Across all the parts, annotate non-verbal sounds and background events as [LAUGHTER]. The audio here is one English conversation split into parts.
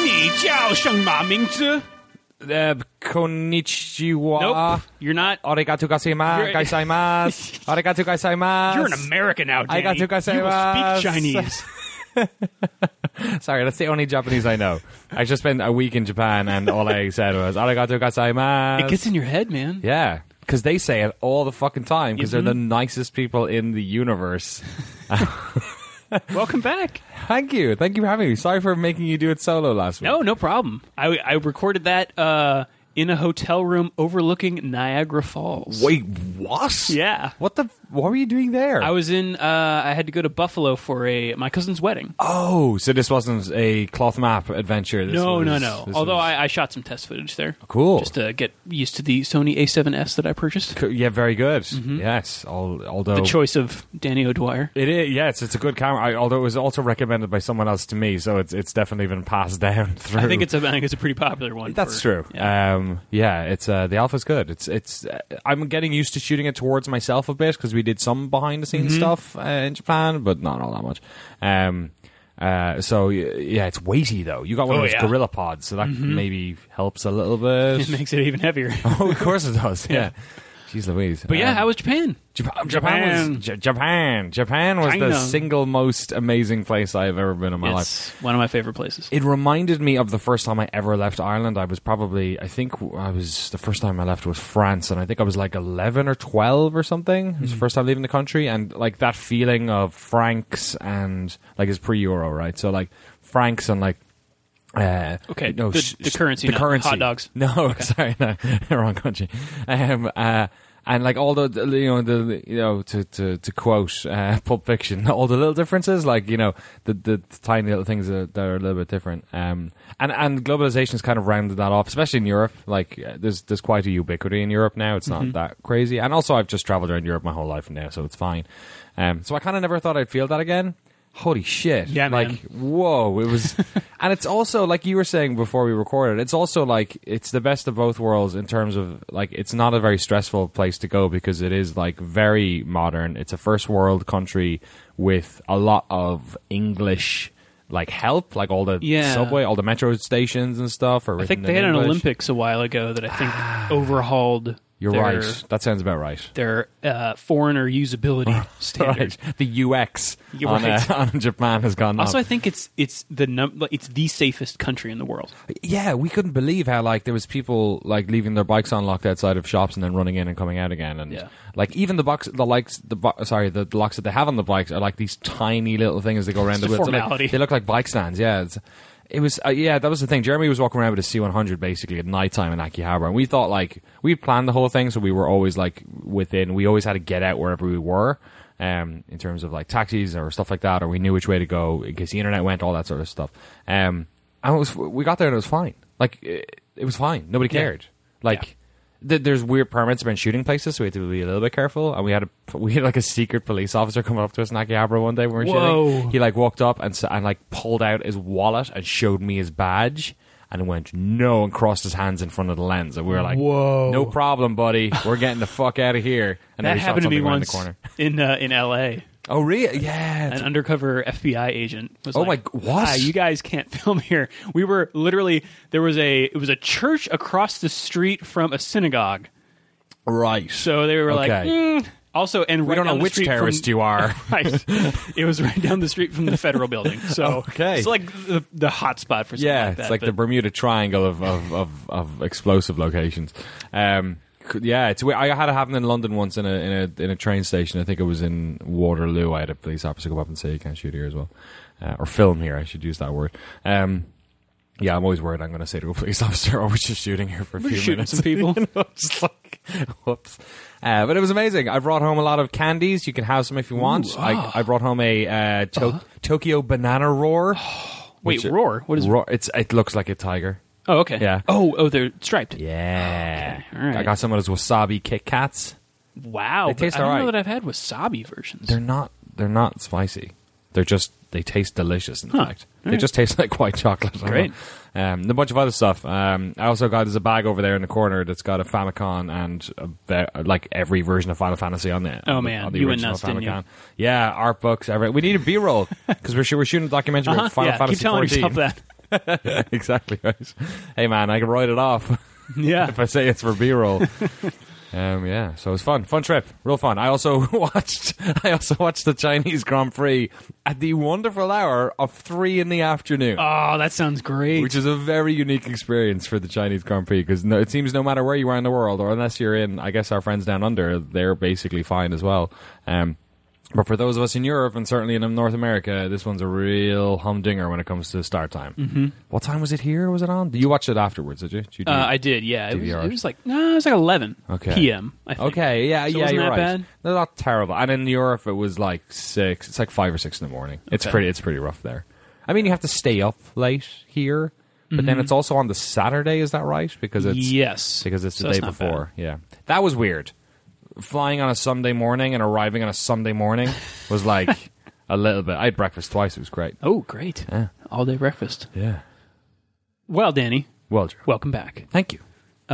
Gao Shengma Mingzi. Uh, konnichiwa. Nope. You're not. Arigato You're- gozaimasu. Gaisaimasu. [LAUGHS] Arigato gaisaimasu. You're an American now, Danny. Arigato You will gozaimasu. speak [LAUGHS] Chinese. Sorry, that's the only Japanese I know. I just spent a week in Japan and all I [LAUGHS] said was arigato It gozaimasu. gets in your head, man. yeah, because they say it all the fucking time because they're the Mm-hmm. nicest people in the universe. Welcome back. Thank you. Thank you for having me. Sorry for making you do it solo last week. No, no problem. I, I recorded that uh, in a hotel room overlooking Niagara Falls. Wait, what? Yeah. What the? What were you doing there? I was in. Uh, I had to go to Buffalo for a my cousin's wedding. oh, so this wasn't a cloth map adventure. This no, was- no, no. this Although was- Oh, I, I shot some test footage there. Cool. Just to get used to the Sony A7S that I purchased. Co- yeah, very good. Yes. Al- although Mm-hmm. The choice of Danny O'Dwyer. It is yes, it's a good camera. I, although it was also recommended by someone else to me, so it's it's definitely been passed [LAUGHS] down through. I think it's a, I think it's a pretty popular one. that's for- true. Yeah. Um, yeah, it's uh, the alpha's good. It's it's uh, I'm getting used to shooting it towards myself a bit because we did some behind the Mm-hmm. scenes stuff uh, in Japan, but not all that much. Um, uh, so y- yeah, it's weighty though. You got Oh, one of those yeah. Mm-hmm. gorilla pods, so that maybe helps a little [LAUGHS] [LAUGHS] It bit. makes it even heavier. oh, [LAUGHS] of course it [LAUGHS] does. Yeah. Jeez Louise. But yeah, Um, how was Japan? Japan, Japan was J- Japan. Japan was the China. single most amazing place I have ever been in my life. It's one of my favorite places. It reminded me of the first time I ever left Ireland. I was probably, I think I was, the first time I left was France, and I think I was like 11 or 12 or something. It was Hmm. the first time leaving the country, and like that feeling of francs and like it's pre Euro, right? So like francs and like. Uh, Okay, no, the- sh- the sh- currency, the not currency, hot dogs. [LAUGHS] No, sorry, no, [LAUGHS] wrong country. Um, uh, and like all the the- you know the you know to to to quote uh, [LAUGHS] Pulp Fiction, all the little differences, like you know the the tiny little things that, that are a little bit different. Um, and and globalization's kind of rounded that off, especially in Europe. Like uh, there's there's quite a ubiquity in Europe now. It's not Mm-hmm. that crazy. And also, I've just traveled around Europe my whole life now, so it's fine. Um, so I kind of never thought I'd feel that again. Holy shit! Yeah, like man. whoa [LAUGHS] it was and it's also like you were saying before we recorded it's also like it's the best of both worlds in terms of like it's not a very stressful place to go because it is like very modern it's a first world country with a lot of english like help like all the Yeah. subway all the metro stations and stuff or I think they had an Olympics a while ago that I think overhauled. Ah, you're their, right that sounds about right Their uh, foreigner usability standards. [LAUGHS] Right. [LAUGHS] the ux You're on, uh, [LAUGHS] right. on japan has gone up. Also, I think it's it's the num- like, it's the safest country in the world. yeah, we couldn't believe how like there was people like leaving their bikes unlocked outside of shops and then running in and coming out again, and Yeah. like even the box, the likes, the bo- sorry, the, the locks that they have on the bikes are like these tiny little things that go around It's the a wheels. They're, like- formality. they look like bike stands. Yeah, it's, it was. Uh, yeah, that was the thing. Jeremy was walking around with a C100 basically at nighttime in Akihabara, and we thought like we had planned the whole thing, so we were always like within. We always had to get out wherever we were. Um, in terms of like taxis or stuff like that, or we knew which way to go in case the internet went, all that sort of stuff. Um, and it was we got there and it was fine. Like it, it was fine. Nobody Yeah. cared. Like Yeah. th- there's weird permits about shooting places, so we had to be a little bit careful. And we had a [LAUGHS] we had like a secret police officer coming up to us in Akihabara one day. when We were Whoa. shooting. He like walked up and s- and like pulled out his wallet and showed me his badge. And went no and crossed his hands in front of the lens, and we were like, Whoa. no problem, buddy. We're getting the fuck out of here." And then that we shot happened to me something around once The corner. [LAUGHS] in uh, in L.A. Oh, really? Yeah. An undercover FBI agent was Oh like, my- what? "Ah, you guys can't [LAUGHS] film here." We were literally there was a it was a church across the street from a synagogue, right. so they were like, Okay. "Mm." also, and we don't know which terrorist you [LAUGHS] are. Right, it was right down the street from the federal building. So Okay. it's like the, the hot spot for something Yeah, like that. it's like but- the Bermuda Triangle of of, of, of explosive locations. Um, c- yeah, it's. weird. I had it happen in London once in a in a in a train station. I think it was in Waterloo. I had a police officer come up and say, "You can't shoot here as well," uh, or film here. I should use that word. Um, yeah, I'm always worried I'm going to say to a police [LAUGHS] officer, "Oh, we're just shooting here for a We're few shooting minutes." some people. [LAUGHS] You know, just like, [LAUGHS] whoops. Uh, but it was amazing. I brought home a lot of candies. You can have some if you want. ah. I, I brought home a uh, to- Uh-huh. Tokyo banana roar. wait, which- roar. What is Ro- it's it looks like a tiger. Oh, okay. Yeah. Oh, oh, they're striped. Yeah. Okay, all right. I got some of those wasabi Kit Kats. Wow. They but taste I don't alright. know that I've had wasabi versions. They're not they're not spicy. They're just they taste delicious in Huh. fact. All They right. just taste [LAUGHS] like white chocolate. I don't Great. know. Um, and a bunch of other stuff. Um, I also got there's a bag over there in the corner that's got a Famicom and a, ve- like every version of Final Fantasy on there. Oh, on the- man. on the You went original nuts, didn't you? Famicom. [LAUGHS] Yeah, art books. Everything. We need a B roll because we're, shoo- we're shooting a documentary Uh-huh. about Final yeah, Fantasy keep telling 14. yourself that. [LAUGHS] exactly right. Hey man, I can write it off yeah. if I say it's for B roll. um, yeah, so it was fun, fun trip, real fun. I also [LAUGHS] watched, I also watched the Chinese Grand Prix at the wonderful hour of three in the afternoon. Oh, that sounds great. which is a very unique experience for the Chinese Grand Prix because no, it seems no matter where you are in the world, or unless you're in, I guess our friends down under, they're basically fine as well. Um, but for those of us in Europe and certainly in North America, this one's a real humdinger when it comes to start time. Mm-hmm. What time was it here? Was it on? You watched it afterwards, did you? Did you do- uh, I did, yeah. It was, DVR. it was like no, it was like eleven Okay. p.m. I think. [LAUGHS] Okay, yeah, So it yeah, wasn't you're that right. bad? They're not terrible. And in Europe, it was like six. It's like five or six in the morning. It's Okay. pretty. It's pretty rough there. I mean, you have to stay up late here, but Mm-hmm. then it's also on the Saturday. Is that right? Because it's yes, because it's the So day not bad. before. Yeah, that was weird. Flying on a Sunday morning and arriving on a Sunday morning was like [LAUGHS] a little bit. I had breakfast twice. It was great. Oh, great! All day breakfast. Yeah. Well, Danny, Well, Drew, welcome back. thank you.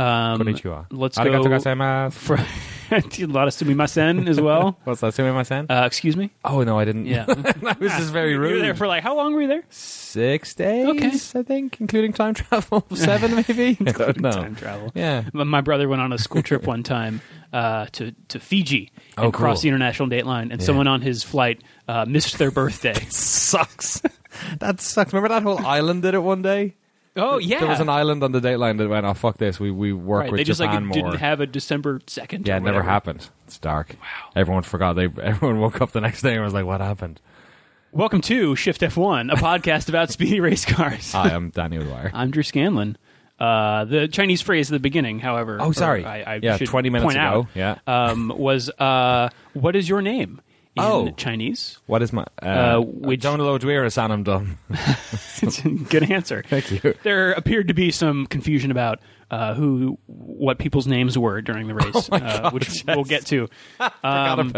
Um, Konnichiwa. Let's Arigato go. gozaimasu. For, [LAUGHS] a lot of sumimasen as [LAUGHS] well. What's that? Sumimasen? Uh, excuse me. oh no, [LAUGHS] I didn't. [LAUGHS] Yeah, that was just [LAUGHS] very you rude. were there for like how long were you there? six days, Okay. I think, including time travel. [LAUGHS] [LAUGHS] Seven, maybe. I don't know. Time travel. Yeah. My- My brother went on a school [LAUGHS] trip one time uh, to to Fiji and Oh, crossed cool. the international date line, and someone on his flight uh, missed their [LAUGHS] birthday. Sucks. [LAUGHS] that sucks. Remember that whole island did it one day. oh yeah, There was an island on the dateline that went, "Oh fuck this, we we work right. with They just like Japan more." didn't have a December second. yeah, or it never whatever. happened. It's dark. Wow. Everyone forgot. They [LAUGHS] everyone woke up the next day and was like, "What happened?" Welcome to Shift F1, a podcast about speedy race cars. Hi, I'm Danny O'Dwyer. I'm Drew Scanlon. Uh, the Chinese phrase at the beginning, however, Oh, sorry. or I, I Yeah, should 20 minutes point ago. out, Yeah. um, was uh, what is your name in Oh. Chinese? what is my uh, Uh, uh which- John O'Dwyer is Anam Dum. Good answer. [LAUGHS] Thank you. There appeared to be some confusion about uh, who, what people's names were during [LAUGHS] the Oh race, uh, which we'll get to. Um,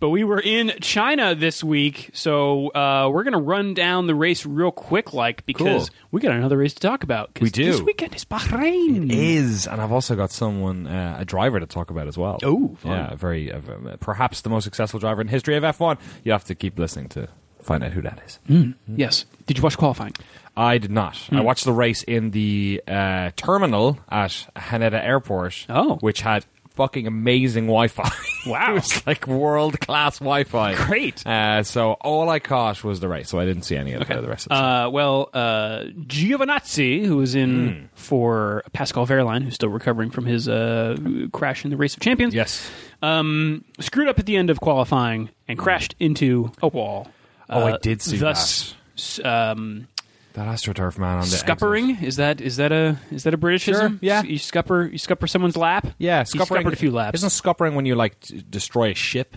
But we were in China this week, so uh, we're going to run down the race real quick, like because Cool. we got another race to talk about. 'cause We do. This weekend is Bahrain. is, and I've also got someone, uh, a driver to talk about as well. Oh, fun. yeah, a very a, a- perhaps the most successful driver in the history of F1. You have to keep listening to find out who that is. Hmm. Yes. Did you watch qualifying? I did not. I Hmm. watched the race in the uh, terminal at Haneda Airport, Oh. which had fucking amazing Wi-Fi. [LAUGHS] Wow. it was like world class Wi-Fi. Great. Uh, so all I caught was the race, so I didn't see any of the- the rest. Of it. Uh, well, uh, Giovinazzi, who was Hmm. in for Pascal Wehrlein, who's still recovering from his uh, crash in the Race of Champions, yes. um, screwed up at the end of qualifying and crashed into a wall. Hmm. Oh, I Uh, did see thus, that. Um, That astroturf man on the exit. scuppering is that is that a is that a Britishism? Sure, yeah. S- you scupper you scupper someone's lap. Yeah, He scuppering. scuppered a few laps. Isn't scuppering when you like t- destroy a ship?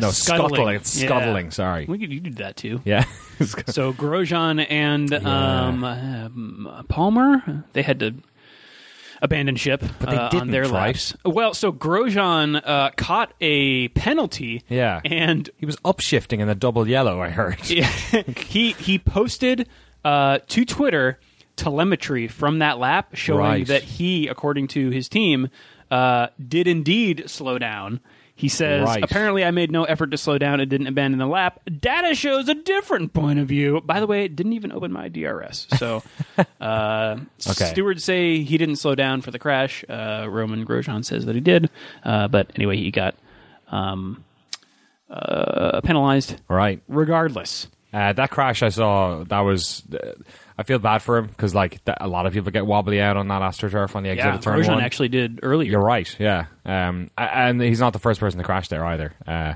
No, Scuttling. scuttling. It's Yeah. scuttling. Sorry. we could you did that too. yeah. [LAUGHS] So Grosjean and um, um, Palmer, they had to abandon ship they uh, on didn't, their right? laps. Well, so Grosjean uh, caught a penalty. Yeah. and he was upshifting in the double yellow. I heard. [LAUGHS] he he posted uh, to Twitter telemetry from that lap showing Right. that he, according to his team, uh, did indeed slow down. He says, Right. apparently I made no effort to slow down and didn't abandon the lap. Data shows a different point of view. By the way, it didn't even open my DRS. So, [LAUGHS] uh, Okay. stewards say he didn't slow down for the crash. Uh, Roman Grosjean says that he did. Uh, but anyway, he got um, uh, penalized [LAUGHS] Right. regardless. Uh, that crash I saw. That was. Uh, I feel bad for him because like that, a lot of people get wobbly out on that astroturf on the exit Yeah, of turn Grosjean one. actually did earlier. You're right. Yeah. Um. a- And he's not the first person to crash there either. Uh.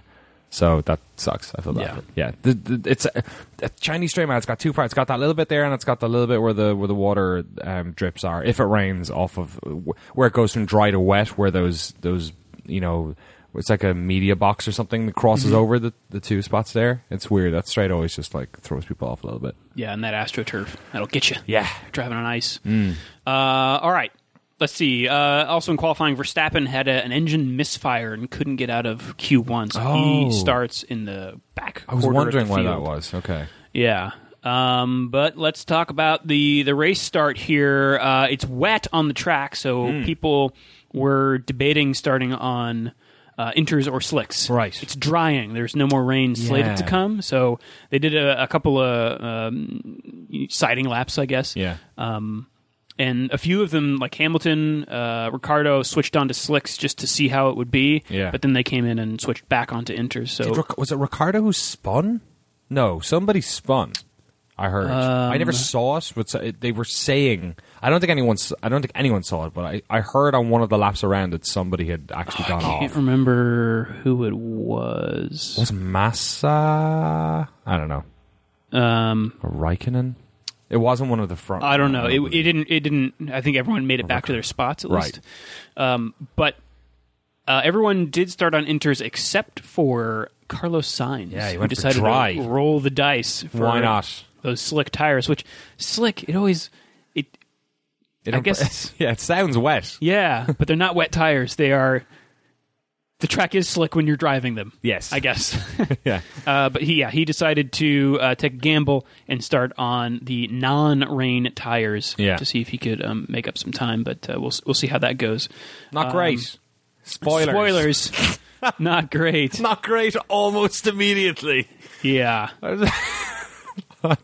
So that sucks. I feel bad. Yeah. for him. Yeah. The, the, it's a, a Chinese stream. It's got two parts. It's got that little bit there, and it's got the little bit where the where the water um, drips are. If it rains off of where it goes from dry to wet, where those those you know. It's like a media box or something that crosses over the, the two spots there. It's weird. That straight always just like throws people off a little bit. Yeah, and that AstroTurf that'll get you. Yeah. Hmm. driving on ice. Uh, all right, let's see. Uh, also in qualifying, Verstappen had a, an engine misfire and couldn't get out of Q one, so Oh. he starts in the back. I was wondering why that was. Okay. Yeah. Um, but let's talk about the the race start here. Hmm. Uh, it's wet on the track, so people were debating starting on uh, inters or slicks. Right. It's drying. There's no more rain slated Yeah. to come. So they did a, a couple of um, siding laps, I guess. Yeah. Um, and a few of them, like Hamilton, uh, Ricardo, switched onto slicks just to see how it would be. Yeah. But then they came in and switched back onto inters. So Did Ric- was it Ricardo who spun? No, somebody spun. I heard. I Um, never saw it, but s- they were saying. I don't think anyone. s- I don't think anyone saw it, but I, I heard on one of the laps around that somebody had actually gone I can't off. remember who it was. Was it Massa? I don't know. Um, Or Raikkonen? It wasn't one of the front. I don't know. It, was- it didn't. It didn't. I think everyone made it back to their spots at Um, Right. least. Um, but uh, everyone did start on inters except for Carlos Sainz. Yeah, he who went for decided dry. to roll the dice. For Why not? those slick tires? Which slick? It always. It It I impre- guess it's- [LAUGHS] yeah, it [LAUGHS] sounds wet. yeah, but they're not wet tires. They are. The track is slick when you're driving them. Yes. I guess. [LAUGHS] [LAUGHS] yeah. Uh, but he, yeah, he decided to uh, take a gamble and start on the non-rain tires Yeah. to see if he could um, make up some time. But uh, we'll we'll see how that goes. Not Um, great. Spoilers. Spoilers. Not great. [LAUGHS] Not great. Almost immediately. [LAUGHS] Yeah.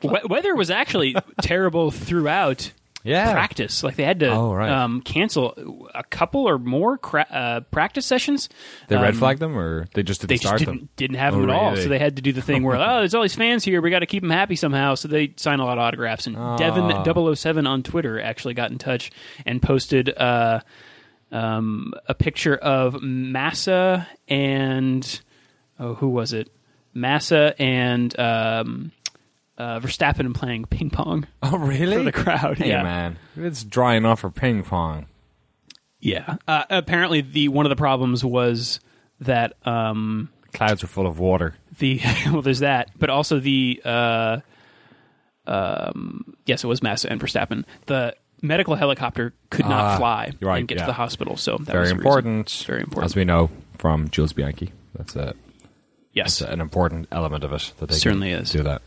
we- weather was actually terrible throughout Yeah. practice. Like they had to Oh, right. um, cancel a couple or more cra- uh, practice sessions. They red Um, flagged them, or they just didn't they start just didn't, them. didn't have Oh, them at all. really? So they had to do the [LAUGHS] thing where, oh, there's all these fans here. We got to keep them happy somehow. So they sign a lot of autographs. And Ah. Devin007 on Twitter actually got in touch and posted uh, um, a picture of Massa and, oh, who was it? Massa and um, uh, Verstappen playing ping pong Oh, really? for the crowd. Hey, yeah. man. It's dry enough for ping pong. Yeah. Uh, apparently, the one of the problems was that. Um, Clouds are full of water. the [LAUGHS] well, there's that, but also the uh, um, yes, it was Massa and Verstappen. The medical helicopter could not Ah, fly you're right, and get yeah. to the hospital, so that Very was the reason. important. Very important. As we know from Jules Bianchi. That's a, Yes, an important element of it that they Certainly can is. do that.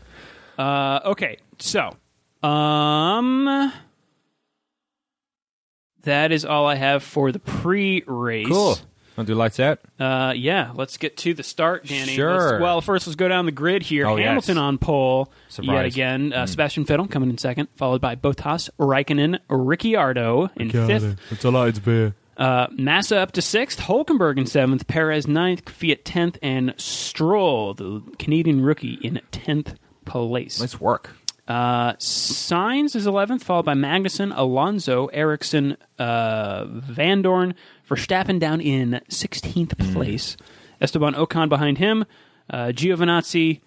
Uh, okay, so um, that is all I have for the pre-race. Cool. Want to do lights out? Uh, yeah, let's get to the start, Danny. Sure. Let's- well, first let's go down the grid here. Oh, Hamilton yes. on pole yet Surprise. Mm. again. Uh, Sebastian Vettel coming in second, followed by Bottas, Raikkonen, Ricciardo in fifth. It's a lights beer. Uh, Massa up to sixth, Holkenberg in seventh, Perez ninth, Fiat tenth, and Stroll, the Canadian rookie, in tenth place. Nice work. Uh, Signs is 11th, followed by Magnussen, Alonso, Ericsson, uh, Van Dorn, Verstappen down in 16th Hmm. place. Esteban Ocon behind him. Uh, Giovinazzi,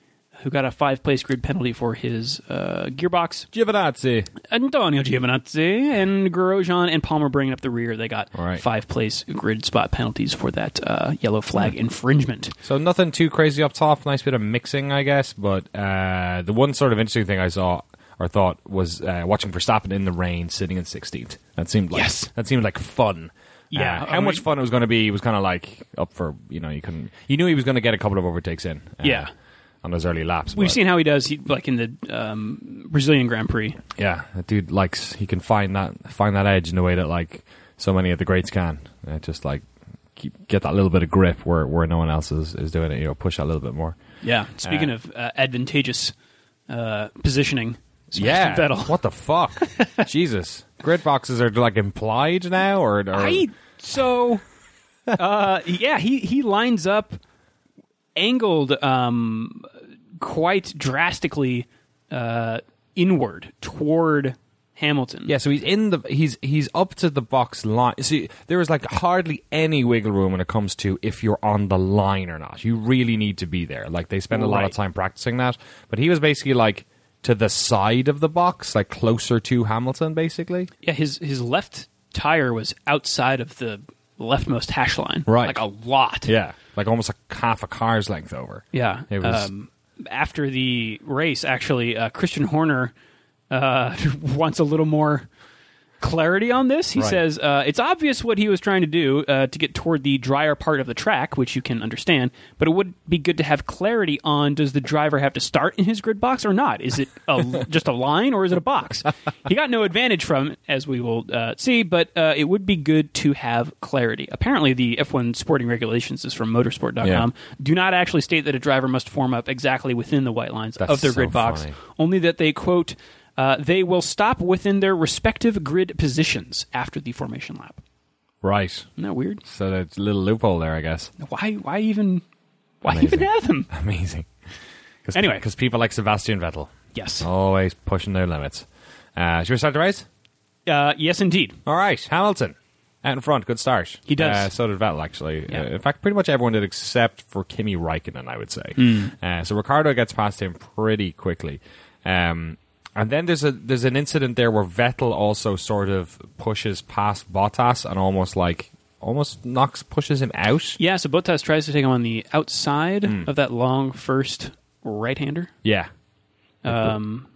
who got a five place grid penalty for his uh, gearbox. Giovinazzi. Antonio Giovinazzi and Grosjean and Palmer bringing up the rear. They got All right. five place grid spot penalties for that uh, yellow flag Hmm. infringement. So nothing too crazy up top. Nice bit of mixing, I guess. But uh, the one sort of interesting thing I saw or thought was uh, watching Verstappen in the rain, sitting in 16th. That seemed like Yes. that seemed like fun. Yeah, Uh, I how much mean- fun it was going to be was kind of like up for you know you couldn't you knew he was going to get a couple of overtakes in. uh, Yeah. on those early laps. We've but, seen how he does, he, like in the um, Brazilian Grand Prix. Yeah, that dude likes he can find that find that edge in a way that like so many of the greats can. Uh, just like keep, get that little bit of grip where where no one else is is doing it. You know, push that little bit more. Yeah. Speaking of uh, advantageous uh, positioning, Sebastian Vettel. What [LAUGHS] the fuck? Jesus. Grid boxes are like implied now, or, or I so [LAUGHS] uh, yeah, he he lines up angled um, quite drastically uh, inward toward Hamilton. yeah. So he's in the he's he's up to the box line. See, there is like hardly any wiggle room when it comes to if you're on the line or not. You really need to be there. Like they spend a lot Right. of time practicing that, but he was basically like to the side of the box, like closer to Hamilton, basically. Yeah, his his left tire was outside of the leftmost hash line, Right. Like a lot. Yeah, like almost like half a car's length over. Yeah. it was. Um, after [LAUGHS] the race, actually, uh, Christian Horner uh, wants a little more clarity on this. He Right. says uh, it's obvious what he was trying to do uh, to get toward the drier part of the track, which you can understand. But it would be good to have clarity on: does the driver have to start in his grid box or not? Is it a, [LAUGHS] just a line or is it a box? He got no advantage from it, as we will uh, see. But uh, it would be good to have clarity. Apparently, the F1 sporting regulations is from Motorsport.com. Um, Do not actually state that a driver must form up exactly within the white lines That's of their so grid box funny. only that they quote uh, they will stop within their respective grid positions after the formation lap. Right. Isn't that weird? So that's a little loophole there, I guess. [LAUGHS] Why? Why even? Why Amazing. even have them? Amazing. Cause, Anyway. because people like Sebastian Vettel, Yes. always pushing their limits. Uh, should we start the race? Uh, yes, indeed. All right, Hamilton out in front. Good start. He does. Uh, so did Vettel, actually. Yeah. Uh, in fact, pretty much everyone did except for Kimi Raikkonen, I would say. Hmm. Uh, so Ricardo gets past him pretty quickly. Um, and then there's a there's an incident there where Vettel also sort of pushes past Bottas and almost like almost knocks pushes him out. Yeah. So Bottas tries to take him on the outside Hmm. of that long first right-hander, Yeah, um,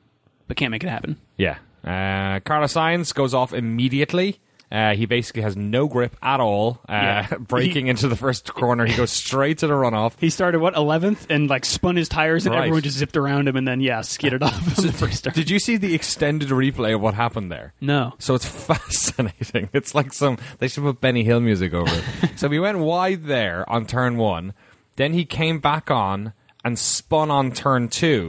but can't make it happen. Yeah. Uh, Carlos Sainz goes off immediately. Uh, he basically has no grip at all. Uh, [LAUGHS] Yeah. Breaking into the first corner, he goes straight to the runoff. He started what eleventh and like spun his tires, and Right. everyone just zipped around him, and then yeah, [LAUGHS] skidded off on the first turn. Did you see the extended replay of what happened there? No. So it's [LAUGHS] fascinating. It's like some they should put Benny Hill music over it. so he went wide there on turn one, then he came back on and spun on turn two.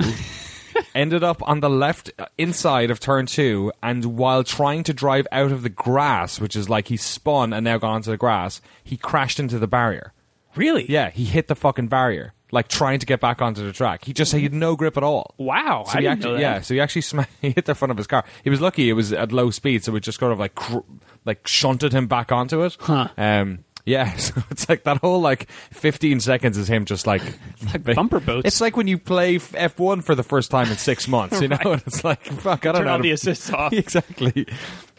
ended up on the left uh, inside of turn two, and while trying to drive out of the grass, which is like he spun and now gone onto the grass, he crashed into the barrier. Really? Yeah, he hit the fucking barrier, like trying to get back onto the track. He just he had no grip at all. Wow. So I he didn't actually, know that. yeah, so he actually [LAUGHS] sma- he hit the front of his car. He was lucky; it was at low speed, so it just kind of like cr- like shunted him back onto it. Huh. Um, yeah, [LAUGHS] so it's like that whole like 15 seconds is him just like, [LAUGHS] like [LAUGHS] bumper boats. It's like when you play f- F1 for the first time [LAUGHS] in six months, you know, and it's like fuck, I don't Turn know. how all to- [LAUGHS] the assists off. exactly.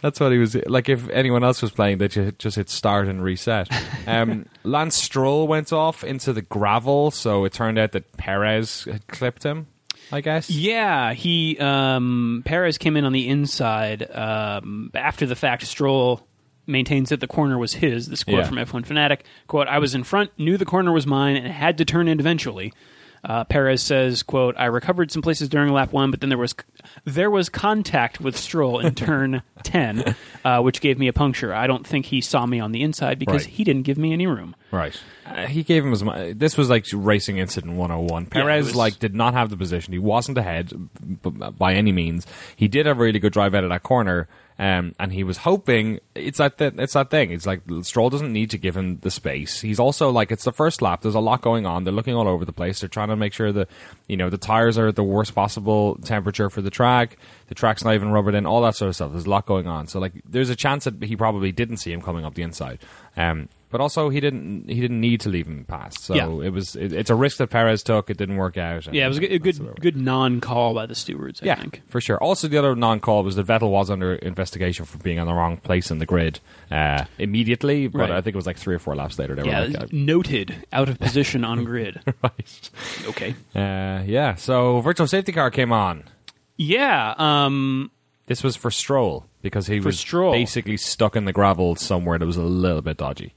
That's what he was like. If anyone else was playing, they ju- just hit start and reset. [LAUGHS] Um, Lance Stroll went off into the gravel, so it turned out that Perez had clipped him. I guess. Yeah, he um, Perez came in on the inside um, after the fact. Stroll maintains that the corner was his. This quote Yeah. from F1 Fanatic: "Quote: I was in front, knew the corner was mine, and had to turn in eventually." Uh, Perez says, "Quote: I recovered some places during lap one, but then there was there was contact with Stroll in [LAUGHS] turn ten, uh, which gave me a puncture. I don't think he saw me on the inside because Right. he didn't give me any room. Right. Uh, he gave him his. mo- This was like racing incident 101. Yeah, it Perez was- like did not have the position. He wasn't ahead b- b- by any means. He did have a really good drive out of that corner. Um, and he was hoping it's that th- it's that thing. It's like Stroll doesn't need to give him the space. He's also like it's the first lap. There's a lot going on. They're looking all over the place. They're trying to make sure that you know the tires are at the worst possible temperature for the track. The track's not even rubbered in. All that sort of stuff. There's a lot going on. So like there's a chance that he probably didn't see him coming up the inside. Um, but also he didn't he didn't need to leave him past. So Yeah. it was it, it's a risk that Perez took. It didn't work out. Yeah, it was a good a good, good non call by the stewards. I yeah, think. for sure. Also, the other non-call was that Vettel was under investigation for being on the wrong place in the grid uh, immediately. But Right. I think it was like three or four laps later. They Yeah, were like, uh, noted out of position [LAUGHS] on grid. right. Okay. Uh, yeah. So virtual safety car came on. Yeah. Um. This was for Stroll because he was Stroll. basically stuck in the gravel somewhere that was a little bit dodgy.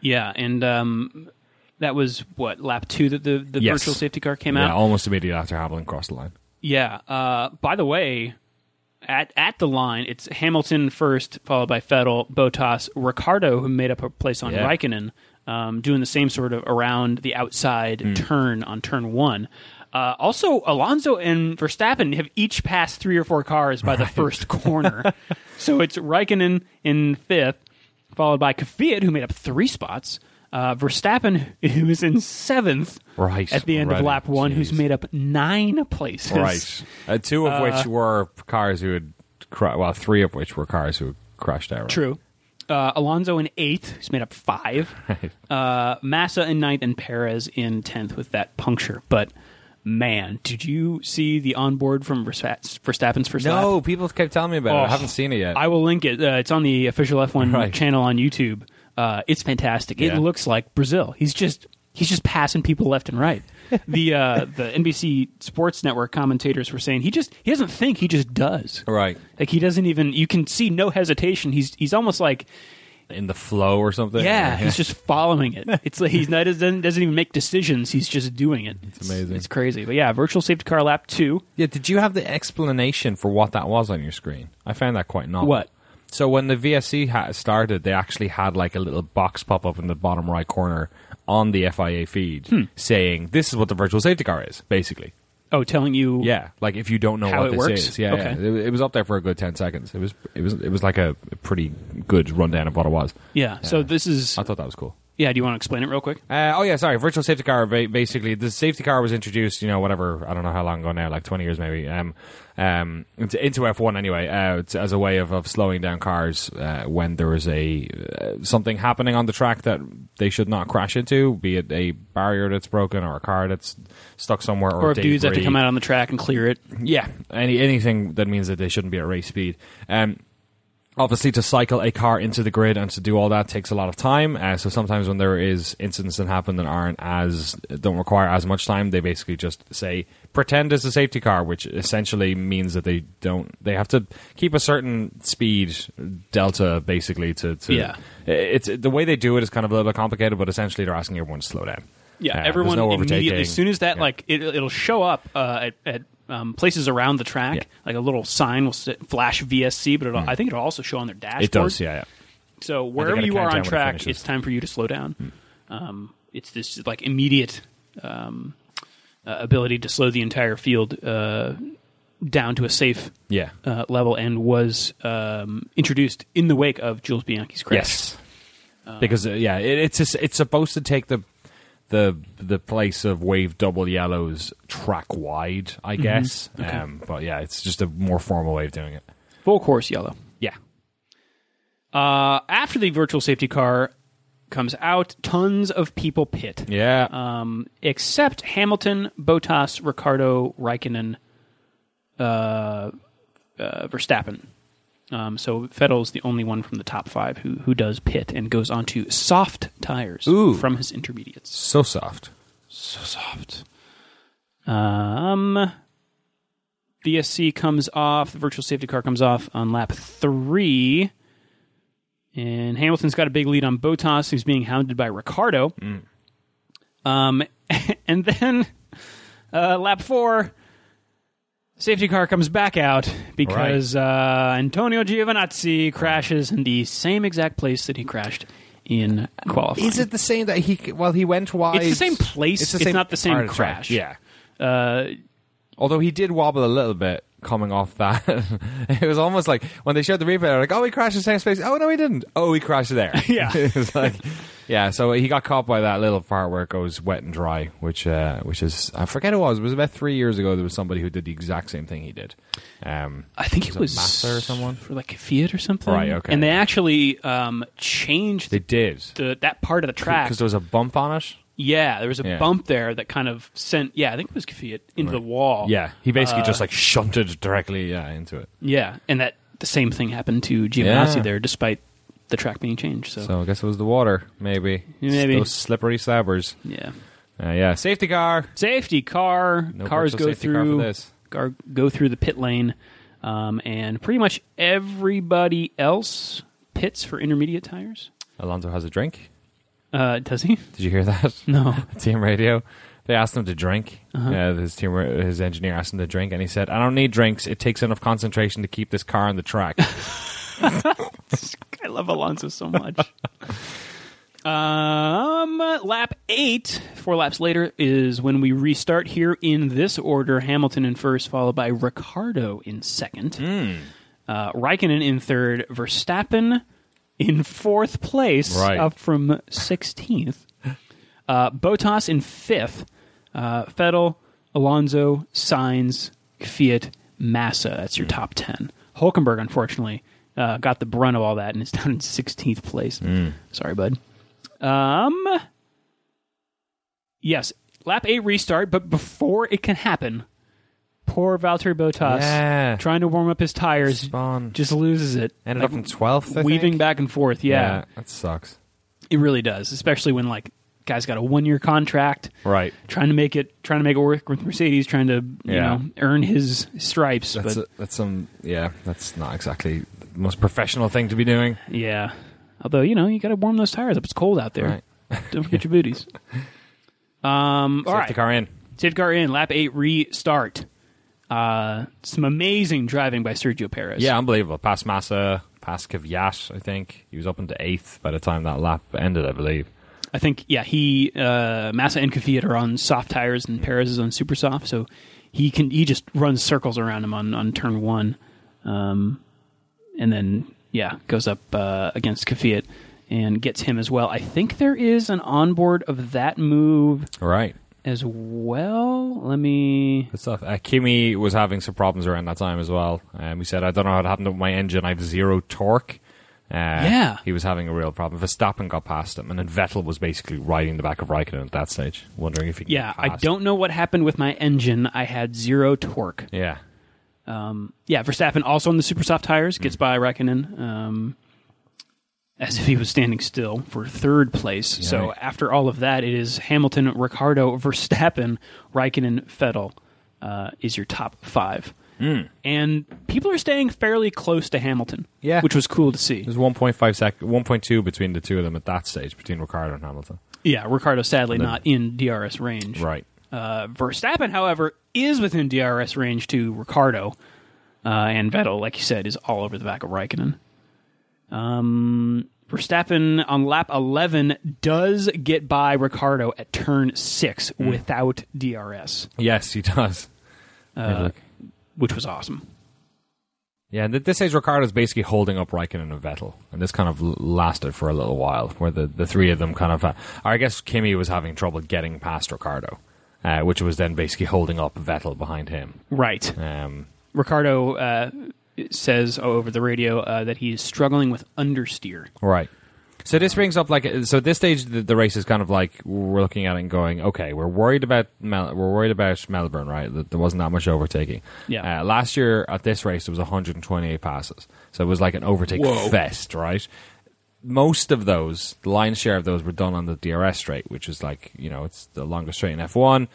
Yeah. And um, that was what lap two that the the Yes. virtual safety car came Yeah, out. almost immediately after Hamilton crossed the [LAUGHS] line. Yeah. Uh. By the way, at at the line, it's Hamilton first, followed by Fettel, Botas, Ricardo, who made up a place on Yeah. Raikkonen, um, doing the same sort of around the outside Hmm. turn on turn one. Uh, also, Alonso and Verstappen have each passed three or four cars by the first [LAUGHS] corner. so it's Raikkonen in fifth, followed by Kvyat, who made up three spots. Uh, Verstappen, who is in seventh Right, at the end of already. lap one, who's Jeez. made up nine places. Right. Uh, two of which were cars who had, cra- well, three of which were cars who had crashed out. right? True. Uh, Alonso in eighth. He's made up [LAUGHS] five. Uh, Massa in ninth and Perez in tenth with that puncture. But man, did you see the onboard from Versta- Verstappen's first lap? No, people kept telling me about it. I Oh, haven't seen it yet. I will link it. Uh, it's on the official F1 [LAUGHS] Right. channel on YouTube. Uh, it's fantastic. Yeah. It looks like Brazil. He's just he's just passing people left and [LAUGHS] right. the uh, the NBC Sports Network commentators were saying he just he doesn't think he just does. Right. Like he doesn't even you can see no hesitation. He's he's almost like In the flow or something. yeah, he's just following it. It's like he's not [LAUGHS] doesn't doesn't even make decisions. He's just doing it. It's amazing. It's crazy. But yeah, virtual safety car lap two. Yeah, did you have the explanation for what that was on your screen? I found that quite novel. What? So when the VSC ha- started, they actually had like a little box pop up in the bottom right corner on the FIA feed Hmm. saying, "This is what the virtual safety car is," basically. Oh, telling you. Yeah, like if you don't know How what it this works? is, yeah, yeah. Okay. It, it was up there for a good ten seconds. It was, it was, it was like a pretty good rundown of what it was. Yeah. So this is. I thought that was cool. Yeah. Do you want to explain it real quick? Uh, oh yeah, sorry. Virtual safety car. ba- Basically, the safety car was introduced. You know, whatever. I don't know how long ago now, like twenty years maybe. Um, um, into, into F one anyway, uh, it's as a way of, of slowing down cars uh, when there is a uh, something happening on the track that they should not crash into, be it a barrier that's broken or a car that's stuck somewhere, or, Or if dudes have to debris. come out on the track and clear it. Yeah, any anything that means that they shouldn't be at race speed. Um, obviously, to cycle a car into the grid and to do all that takes a lot of time. Uh, so sometimes when there is incidents that happen that aren't as don't require as much time, they basically just say pretend it's a safety car, which essentially means that they don't they have to keep a certain speed delta basically to, to Yeah. It's the way they do it is kind of a little bit complicated, but essentially they're asking everyone to slow down. Uh, Yeah, there's everyone no immediately overtaking. as soon as that Yeah. like it, it'll show up uh, at, at um, places around the track. Yeah. Hmm. Like a little sign will sit, flash VSC, but it'll, I think it'll also show on their dashboard. it does, yeah, yeah. So wherever got a you are countdown on when it track, finishes. Hmm. it's time for you to slow down. Um, it's this like immediate um, uh, ability to slow the entire field uh, down to a safe Yeah. uh, level, and was um, introduced in the wake of Jules Bianchi's crash. Yes, because uh, yeah, it, it's just, it's supposed to take the the the place of wave double yellows track wide, I Mm-hmm. guess. Um, but yeah, it's just a more formal way of doing it. full course yellow. Yeah, Uh, after the virtual safety car comes out, tons of people pit. yeah. Um, except Hamilton, Botas, Ricardo, Raikkonen, uh, uh, Verstappen. Um, so Vettel's the only one from the top five who who does pit and goes on to soft tires Ooh. from his intermediates. so soft. So soft. Um, VSC comes off. The virtual safety car comes off on lap three. And Hamilton's got a big lead on Botas, who's being hounded by Ricardo. Um, [LAUGHS] and then uh, lap four, safety car comes back out because uh, Antonio Giovinazzi crashes in the same exact place that he crashed in qualifying. it the same that he? Well, he went wide. It's the same place, it's not the same part of track. crash. Yeah. Uh, Although he did wobble a little bit coming off that. [LAUGHS] it was almost like when they showed the replay, they're like, oh, he crashed in the same space. Oh, no, he didn't. Oh, he crashed there. [LAUGHS] [LAUGHS] Yeah. It was like, yeah, so he got caught by that little part where it goes wet and dry, which uh, which is, I forget who it was. It was about three years ago. There was somebody who did the exact same thing he did. Um, I think it it was Massa or someone? for like Fiat or something. Right, okay. And they actually um, changed they did. the, that part of the track. Because there was a bump on it. yeah, there was a Yeah. bump there that kind of sent. Yeah, I think it was Fiat into the wall. Yeah, he basically Uh. just like shunted directly yeah, into it. yeah, and that the same thing happened to Giovinazzi Yeah. there, despite the track being changed. So, So I guess it was the water, maybe. Maybe. Those slippery slabbers. yeah, Uh, yeah, safety car. safety car. No cars virtual go safety car for through. this. gar- go through the pit lane, um, and pretty much everybody else pits for intermediate tires. Alonso has a drink. Uh, does he? [LAUGHS] Did you hear that? [LAUGHS] No. team radio. They asked him to drink. Uh-huh. Yeah, his team, his engineer asked him to drink, and he said, "I don't need drinks. It takes enough concentration to keep this car on the track." [LAUGHS] I love Alonso so much. [LAUGHS] um, lap eight, four laps later, is when we restart here in this order Hamilton in first, followed by Ricardo in second, uh, Raikkonen in third, Verstappen in fourth place, Right. up from 16th, uh, Botas in fifth, uh, Fettel, Alonso, Signs, Fiat, Massa. That's your top 10. Hulkenberg, unfortunately, uh, got the brunt of all that and is [LAUGHS] down in 16th place. Sorry, bud. Um, yes, lap 8 restart, but before it can happen, poor Valtteri Bottas, Yeah. trying to warm up his tires, Spawn. just loses it. Ended Like, up in twelfth, Weaving back and forth, yeah. that sucks. It really does, especially when like guy's got a one year contract, Right. Trying to make it, trying to make it work with Mercedes, trying to you Yeah. know earn his stripes. That's but a, that's some yeah. That's not exactly the most professional thing to be doing. yeah, although you know you got to warm those tires up. It's cold out there. [LAUGHS] Don't forget your [LAUGHS] booties. Um, all Take right, the car in. Safe car in, lap eight restart. Uh, some amazing driving by Sergio Perez. Yeah, unbelievable. Past Massa, past Kvyat. I think he was up into eighth by the time that lap ended. I believe. I think yeah he uh, Massa and Kvyat are on soft tires and Perez is on super soft, so he can he just runs circles around him on on turn one, um, and then yeah goes up uh, against Kvyat and gets him as well. I think there is an onboard of that move All right. as well. Let me Good stuff. Uh, Kimi was having some problems around that time as well. Um, he said, I don't know what happened with my engine. I have zero torque. Uh, Yeah. He was having a real problem. Verstappen got past him, and then Vettel was basically riding the back of Raikkonen at that stage, wondering if he could yeah get I past. don't know what happened with my engine. I had zero torque. Yeah. Um, yeah, Verstappen also on the super soft tires gets by Raikkonen um, as if he was standing still for third place. So right. after all of that, it is Hamilton, Ricardo, Verstappen, Raikkonen, Vettel uh, is your top five. And people are staying fairly close to Hamilton, Yeah. which was cool to see. There's 1.5 sec, 1.2 between the two of them at that stage, between Ricardo and Hamilton. Yeah, Ricardo sadly not in DRS range. Right. Uh, Verstappen, however, is within DRS range to Ricardo, uh, and Vettel, like you said, is all over the back of Raikkonen. Um, Verstappen on lap 11 does get by Ricardo at turn six without DRS, Yes, he does. uh, which was awesome. Yeah, and th- this stage Ricardo's basically holding up Raikkonen and Vettel, and this kind of l- lasted for a little while, where the, the three of them kind of, uh, or I guess Kimi was having trouble getting past Ricardo, uh, which was then basically holding up Vettel behind him. Right. Um, Ricardo uh, says over the radio uh, that he is struggling with understeer. right. So this brings up like, so at this stage the, the race is kind of like we're looking at it and going, okay, we're worried about Mel- we're worried about Melbourne, right? That there wasn't that much overtaking. Yeah. Uh, last year at this race there was 128 passes, so it was like an overtake Whoa. fest, right? most of those, the lion's share of those were done on the DRS straight, which is like, you know, it's the longest straight in F1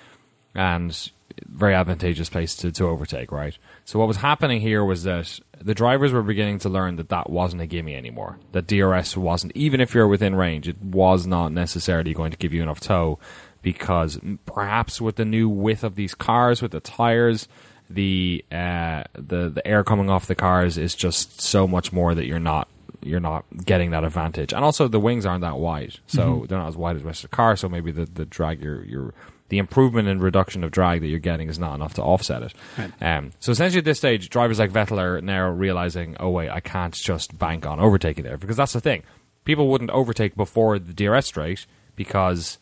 and very advantageous place to, to overtake, right? So what was happening here was that the drivers were beginning to learn that that wasn't a gimme anymore. That DRS wasn't, even if you're within range, it was not necessarily going to give you enough tow because perhaps with the new width of these cars, with the tires, the uh, the the air coming off the cars is just so much more that you're not you're not getting that advantage. And also the wings aren't that wide. So they're not as wide as the rest of the car, so maybe the, the drag you're, you're the improvement and reduction of drag that you're getting is not enough to offset it. Um, so essentially at this stage, drivers like Vettel are now realizing, oh wait, I can't just bank on overtaking there because that's the thing. People wouldn't overtake before the DRS straight because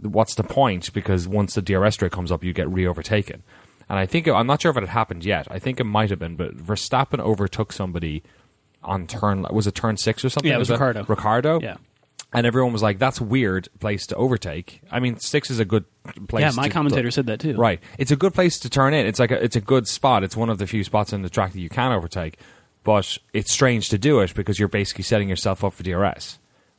what's the point? Because once the DRS straight comes up, you get re-overtaken. And I think I'm not sure if it had happened yet. I think it might have been, but Verstappen overtook somebody on turn was it turn six or something? Yeah, it was Ricardo. Ricardo. Yeah. And everyone was like, "That's weird place to overtake." I mean, six is a good place. Yeah, my to- commentator said that too. Right. It's a good place to turn in. It's like a, it's a good spot. It's one of the few spots in the track that you can overtake, but it's strange to do it because you're basically setting yourself up for DRS.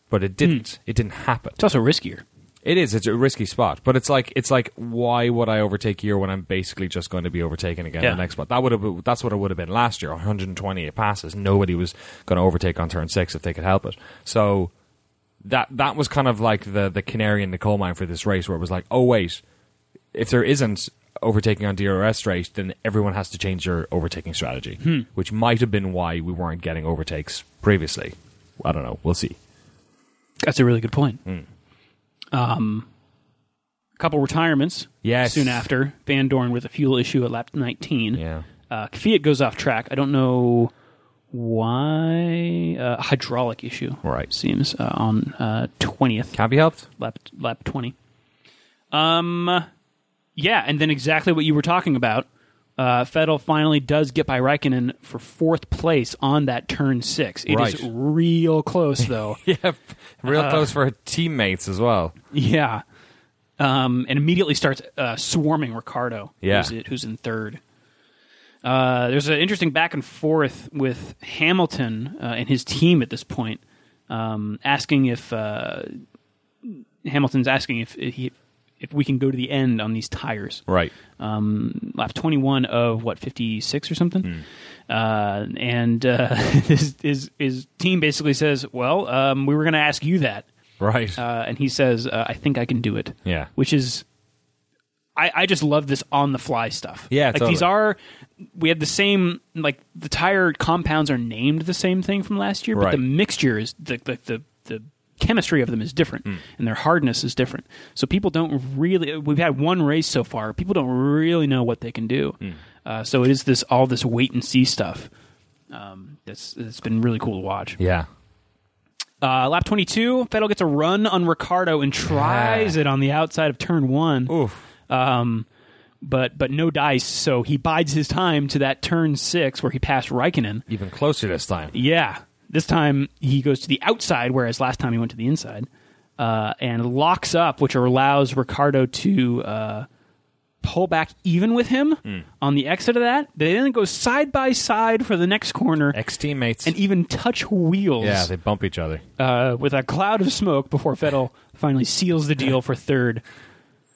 But it didn't. Hmm. It didn't happen. It's also riskier. It is. It's a risky spot, but it's like it's like why would I overtake here when I'm basically just going to be overtaken again Yeah. the next spot? That would have been- that's what it would have been last year. 128 passes. Nobody was going to overtake on turn six if they could help it. So that that was kind of like the the canary in the coal mine for this race, where it was like, oh wait, if there isn't overtaking on DRS race, then everyone has to change their overtaking strategy, which might have been why we weren't getting overtakes previously. I don't know. We'll see. That's a really good point. Hmm. Um, a couple retirements. Yes. Soon after, Van Dorn with a fuel issue at lap 19. Yeah. Uh, Fiat goes off track. I don't know why. Uh, hydraulic issue. Right. Seems uh, on uh, 20th Can't be helped. lap lap 20 um yeah and then exactly what you were talking about uh Fettel finally does get by Raikkonen for fourth place on that turn 6 It is Right. real close though [LAUGHS] Yeah, real close for her teammates as well. yeah um and immediately starts uh swarming Ricardo Yeah. who's, who's in third uh, there's an interesting back and forth with Hamilton uh, and his team at this point, um, asking if uh, Hamilton's asking if he if we can go to the end on these tires. Right. Um, lap 21 of what 56 or something. Hmm. Uh, and uh, [LAUGHS] his, his his team basically says, "Well, um, we were going to ask you that," Right. uh, and he says, uh, "I think I can do it." Yeah. which is. I, I just love this on the fly stuff. Yeah, like these totally. are we have the same like the tire compounds are named the same thing from last year, but Right. the mixture is the the, the the chemistry of them is different Hmm. and their hardness is different. So people don't really we've had one race so far. People don't really know what they can do. Hmm. Uh, so it is this all this wait and see stuff. Um, that's it's been really cool to watch. yeah. Uh, lap 22, Vettel gets a run on Ricardo and tries it on the outside of turn one. Oof. Um, but but no dice, so he bides his time to that turn six where he passed Raikkonen. Even closer this time. Yeah, this time he goes to the outside, whereas last time he went to the inside, uh, and locks up, which allows Ricardo to uh, pull back even with him Hmm. on the exit of that. They then go side by side for the next corner Ex teammates. and even touch wheels Yeah, they bump each other. uh, with a cloud of smoke before Vettel finally seals the deal for third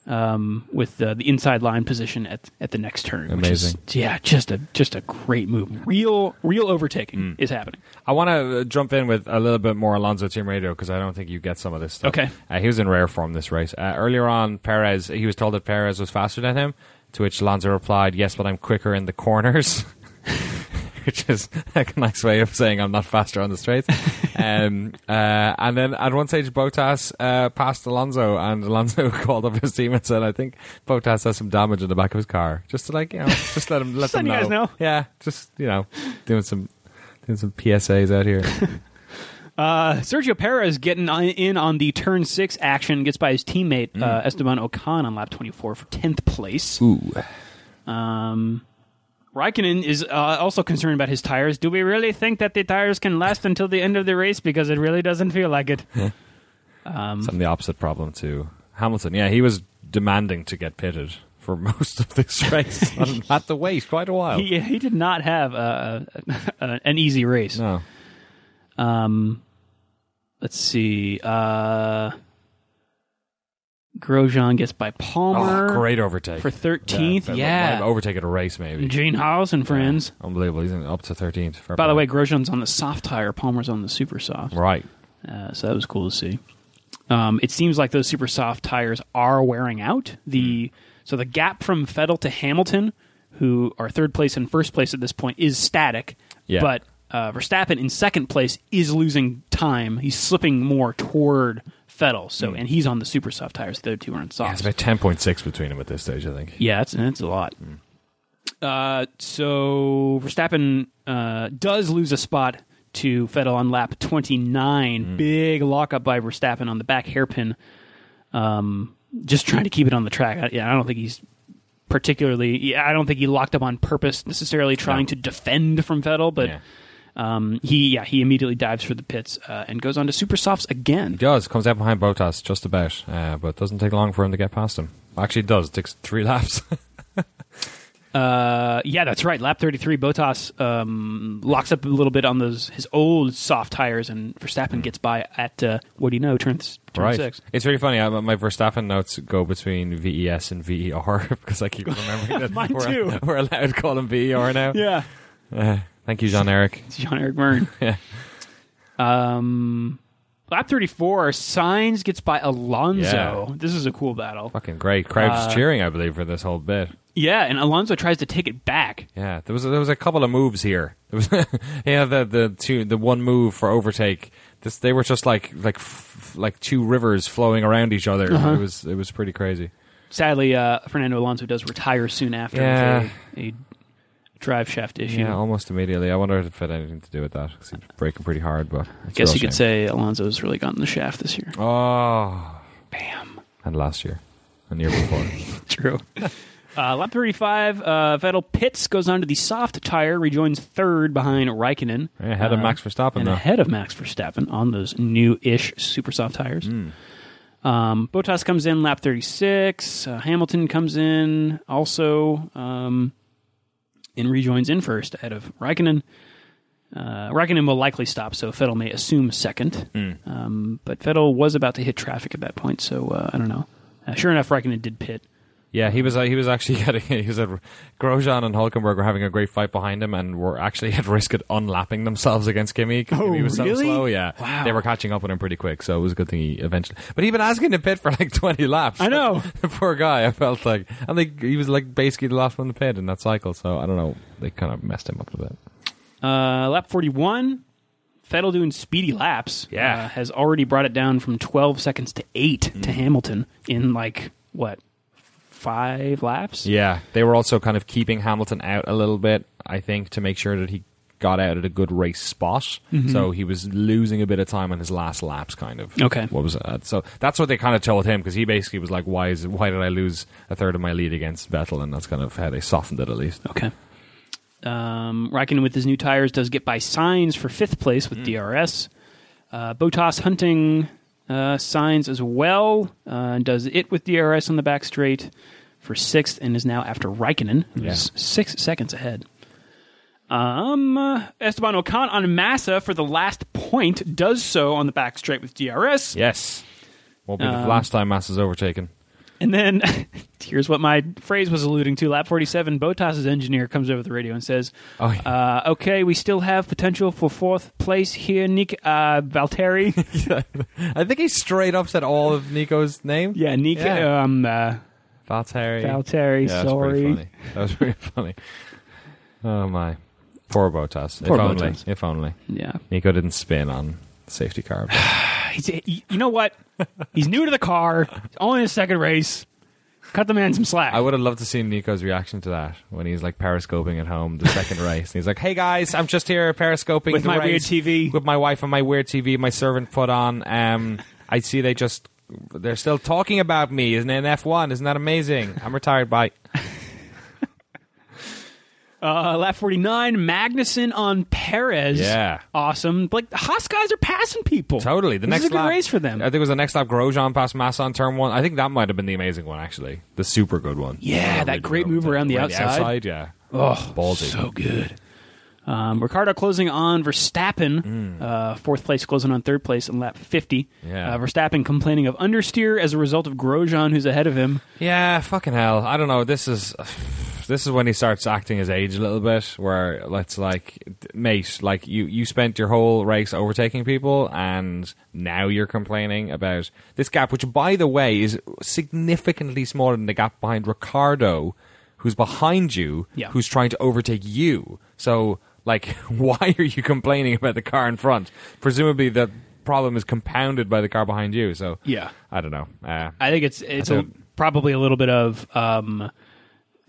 um, with the, the inside line position at at the next turn. which is- Amazing. yeah, just a just a great move. Real real overtaking is happening. I want to jump in with a little bit more Alonso Team Radio because I don't think you get some of this stuff. Okay. Uh, he was in rare form this race. Uh, earlier on, Perez, he was told that Perez was faster than him, to which Alonso replied, Yes, but I'm quicker in the corners. [LAUGHS] Which is [LAUGHS] a nice way of saying I'm not faster on [LAUGHS] the straights. um, uh, and then at one stage, Botas uh, passed Alonso, and Alonso [LAUGHS] called up his team and said, "I think Botas has some damage in the back of his car." Just [LAUGHS] to like, you know, just let him let Just them letting you guys know. Yeah, just you know, doing some doing some PSAs [LAUGHS] out here. Uh, Sergio Perez getting on- in on the turn six action gets by his teammate uh, Esteban Ocon on lap twenty four for tenth place. Mm. Ooh. Um, Raikkonen is uh, also concerned about his tires. Do we really think that the tires can last until the end of the race? Because it really doesn't feel like it. Um, Some the opposite problem to Hamilton. Yeah, he was demanding to get pitted for [LAUGHS] most of [LAUGHS] this race. and had to wait quite a while. he he did not have a, a, [LAUGHS] an easy race. no. Um, let's see. Uh, Grosjean gets by Oh, Palmer great overtake. for thirteenth. but Yeah, might have overtaken a race maybe. Gene House and friends. Unbelievable. He's in, up to 13th. Fair By play. the way, Grosjean's on the soft tire. Palmer's on the super soft. right. Uh, so that was cool to see. Um, it seems like those super soft tires are wearing out. The Hmm. so the gap from Fettel to Hamilton, who are third place and first place at this point, is static. Yeah. But uh, Verstappen in second place is losing time. He's slipping more toward Fettel. So and he's on the super soft tires. The other two are on Hmm. Yeah, soft. it's about 10.6 between them at this stage, I think. Yeah, that's, that's a lot. Uh, so Verstappen uh, does lose a spot to Vettel on lap 29. Mm. Big lockup by Verstappen on the back hairpin, um, just trying to keep it on the track. I, yeah, I don't think he's particularly. Yeah, I don't think he locked up on purpose necessarily, trying No. to defend from Vettel, but. Yeah. Um, he yeah he immediately dives for the pits uh, and goes on to super softs again. He does. Comes out behind Botas just about, uh, but doesn't take long for him to get past him. Actually, it does. takes three [LAUGHS] laps. [LAUGHS] Uh, yeah, that's right. Lap 33, Botas um, locks up a little bit on those his old soft tires, and Verstappen gets by at uh, what do you know, turn, turn right. six. It's really funny. I, my Verstappen notes go between VES and VER [LAUGHS] because I [LAUGHS] keep remembering that Mine we're, too. [LAUGHS] we're allowed to call him VER now. Yeah, Uh, thank you, Jean Eric. it's John Eric Byrne. [LAUGHS] Yeah. Um, lap 34, Signs gets by Alonso. Yeah. This is a cool battle. Fucking great. Crowds Uh, cheering, I believe, for this whole bit. Yeah, and Alonso tries to take it back. Yeah, there was there was a couple of moves here. [LAUGHS] There was yeah the the two the one move for overtake. This they were just like like f- like two rivers flowing around each other. It was it was pretty crazy. Sadly, uh, Fernando Alonso does retire soon after Yeah. with a, a drive shaft issue. Yeah, almost immediately. I wonder if it had anything to do with that. 'cause he was breaking pretty hard, but I guess you could say Alonso's really gotten the shaft this year. Oh, Bam. and last year, and the [LAUGHS] year before. True. Uh, lap 35, uh, Vettel pits, goes onto the soft tire, rejoins third behind Raikkonen. Yeah, ahead of Uh, Max Verstappen And though. ahead of Max Verstappen on those new ish super soft tires. Hmm, Um, Botas comes in lap 36. Uh, Hamilton comes in also um, and rejoins in first ahead of Raikkonen. Uh, Raikkonen will likely stop, so Vettel may assume second. hmm. Um, but Vettel was about to hit traffic at that point, so uh, I don't know. Uh, sure enough, Raikkonen did pit. Yeah, he was uh, he was actually [LAUGHS] getting he was at Grosjean and Hulkenberg were having a great fight behind him and were actually [LAUGHS] at risk of unlapping themselves against Kimi. Oh, Kimi was so really? slow, yeah. Wow. They were catching up with him pretty quick, so it was a good thing he eventually. But he'd been asking to pit for like [LAUGHS] twenty laps. I [LAUGHS] know. the poor guy. I felt like I think he was like basically the last one to pit in that cycle. So I don't know. They kind of messed him up a bit. Uh, lap 41, Vettel doing speedy laps. Yeah. Mm. uh, has already brought it down from 12 seconds to 8 to Hamilton in like, what, five laps? Yeah, they were also kind of keeping Hamilton out a little bit, I think, to make sure that he got out at a good race spot. So he was losing a bit of time on his last laps, kind of. Mm-hmm. Okay. What was that? So that's what they kind of told him because he basically was like, "Why is why did I lose a third of my lead against Vettel?" And that's kind of how they softened it at least. Okay. Um, Raikkonen with his new tires does get by signs for fifth place with DRS. Uh, Botas hunting uh, signs as well uh, does it with DRS on the back straight for sixth and is now after Raikkonen, who's Yeah. six seconds ahead. Um, uh, Esteban Ocon on Massa for the last point does so on the back straight with DRS. Yes. Won't be Um, the last time Mass is overtaken. And then [LAUGHS] here's what my phrase was alluding to. Lap 47, Botas's engineer comes over the radio and says, Oh, yeah. uh, Okay, we still have potential for fourth place here, Nick uh, Valteri. [LAUGHS] I think he straight up said all of Nico's name. yeah, Nick Yeah. Um, uh, Valtteri. Valteri, Yeah, that's pretty sorry. funny. That was pretty funny. Oh my, poor Botas. Poor if only, Bottas. if only Yeah. Nico didn't spin on safety car. He's, he, you know what? He's new to the car, It's only his second race. Cut the man some slack. I would have loved to see Nico's reaction to that when he's like periscoping at home the [LAUGHS] second race. And he's like, "Hey guys, I'm just here periscoping With the my weird race TV." with my wife and my weird TV my servant put on. Um, I see they just they're still talking about me. Isn't it in F1? Isn't that amazing? I'm retired. Bye." Uh, lap 49, Magnussen on Perez. Yeah. Awesome. Like, the Haas guys are passing people. Totally. The This next is a good lap, race for them. I think it was the next lap. Grosjean passed Massa on turn one. I think that might have been the amazing one, actually. The super good one. Yeah, that really great good move one. around the outside. outside. Yeah. Oh, Baldy. so good. Um, Ricardo closing on Verstappen, uh, fourth place closing on third place in lap 50. Mm. Yeah. Uh, Verstappen complaining of understeer as a result of Grosjean, who's ahead of him. Yeah, fucking hell. I don't know. This is this is when he starts acting his age a little bit, where it's like, mate, like you you spent your whole race overtaking people, and now you're complaining about this gap, which by the way is significantly smaller than the gap behind Ricardo, who's behind you, Yeah. who's trying to overtake you. So, like, [LAUGHS] why are you complaining about the car in front? Presumably, the problem is compounded by the car behind you. So, Yeah. I don't know. Uh, I think it's it's I a, don't- probably a little bit of um,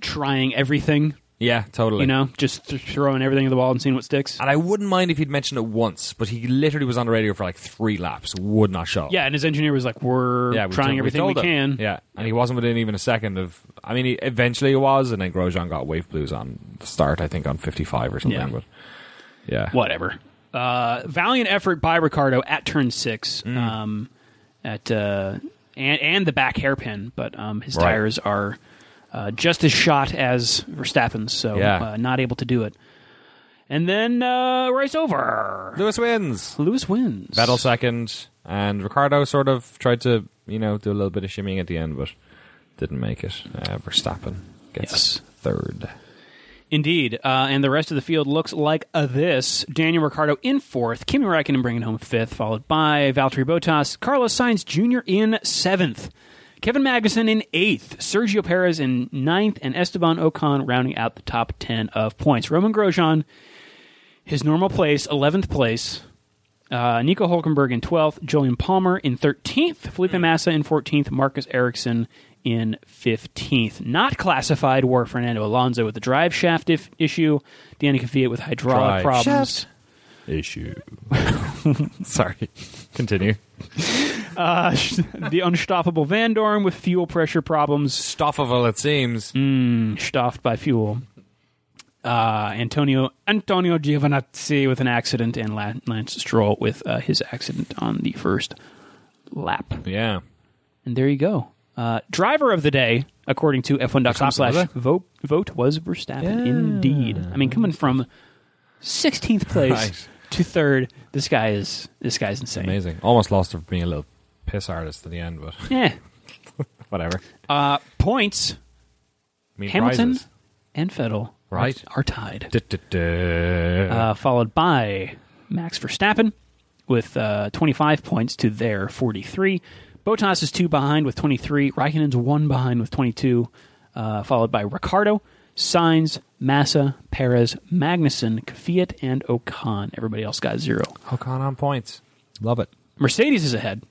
trying everything, yeah, totally. you know, just th- throwing everything at the wall and seeing what sticks. And I wouldn't mind if he'd mentioned it once, but he literally was on the radio for like three laps, would not show. up. Yeah, and his engineer was like, "We're yeah, we told- trying everything we told him. can." Yeah, and he wasn't within even a second of. I mean, he, eventually he was, and then Grosjean got wave blues on the start, I think on fifty-five or something. Yeah. But yeah, whatever. Uh, valiant effort by Ricardo at turn six, Mm. um, at uh, and and the back hairpin, but um, his Right. tires are uh, just as shot as Verstappen's, so Yeah. uh, not able to do it. And then uh, race over. Lewis wins. Lewis wins. Vettel second, and Ricardo sort of tried to you know do a little bit of shimmying at the end, but didn't make it. Uh, Verstappen gets Yes. third. [LAUGHS] Indeed, uh, and the rest of the field looks like a this: Daniel Ricciardo in fourth, Kimi Räikkönen bringing home fifth, followed by Valtteri Bottas, Carlos Sainz Jr. in seventh, Kevin Magnussen in eighth, Sergio Perez in ninth, and Esteban Ocon rounding out the top ten of points. Roman Grosjean, his normal place, eleventh place. Uh, Nico Hulkenberg in 12th, Julian Palmer in 13th, Felipe Massa in 14th, Marcus Ericsson in 15th. Not classified were Fernando Alonso with the drive shaft if- issue, Danny Kvyat with hydraulic Drive problems, Issue. Sorry. Continue. uh, [LAUGHS] the unstoppable Van Dorn with fuel pressure problems, Stoffable, it seems. Mm. stopped by fuel. Uh, Antonio Antonio Giovinazzi with an accident, and La- Lance Stroll with uh, his accident on the first lap. Yeah. And there you go. Uh, driver of the day, according to F1.com Verstappen, was slash it? vote, vote was Verstappen. Indeed. I mean, coming from 16th place Right. to third. This guy is this guy's insane. Amazing. Almost lost her for being a little piss artist at the end, but [LAUGHS] Yeah. whatever. Uh, points I mean, Hamilton prizes. and Vettel are- Right. are tied. Du-du-du. uh, followed by Max Verstappen with uh, 25 points to their 43. Botas is two behind with 23. Raikkonen's one behind with 22, uh, followed by Ricardo, Sainz, Massa, Perez, Magnussen, Kvyat, and Ocon. Everybody else got zero. Ocon on points. Love it. Mercedes is ahead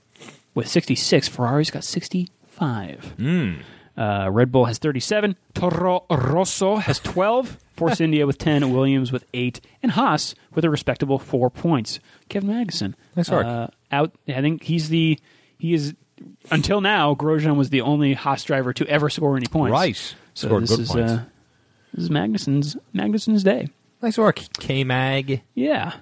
with 66. Ferrari's got 65. Hmm. Uh, Red Bull has 37. Toro Rosso has 12. [LAUGHS] Force India with 10. Williams with 8. And Haas with a respectable 4 points. Kevin Magnussen. Nice work. Uh, out, I think he's the. He is. Until now, Grosjean was the only Haas driver to ever score any points. Right. So Scored this good is, points. Uh, this is Magnussen's, Magnussen's day. Nice work, K Mag. Yeah.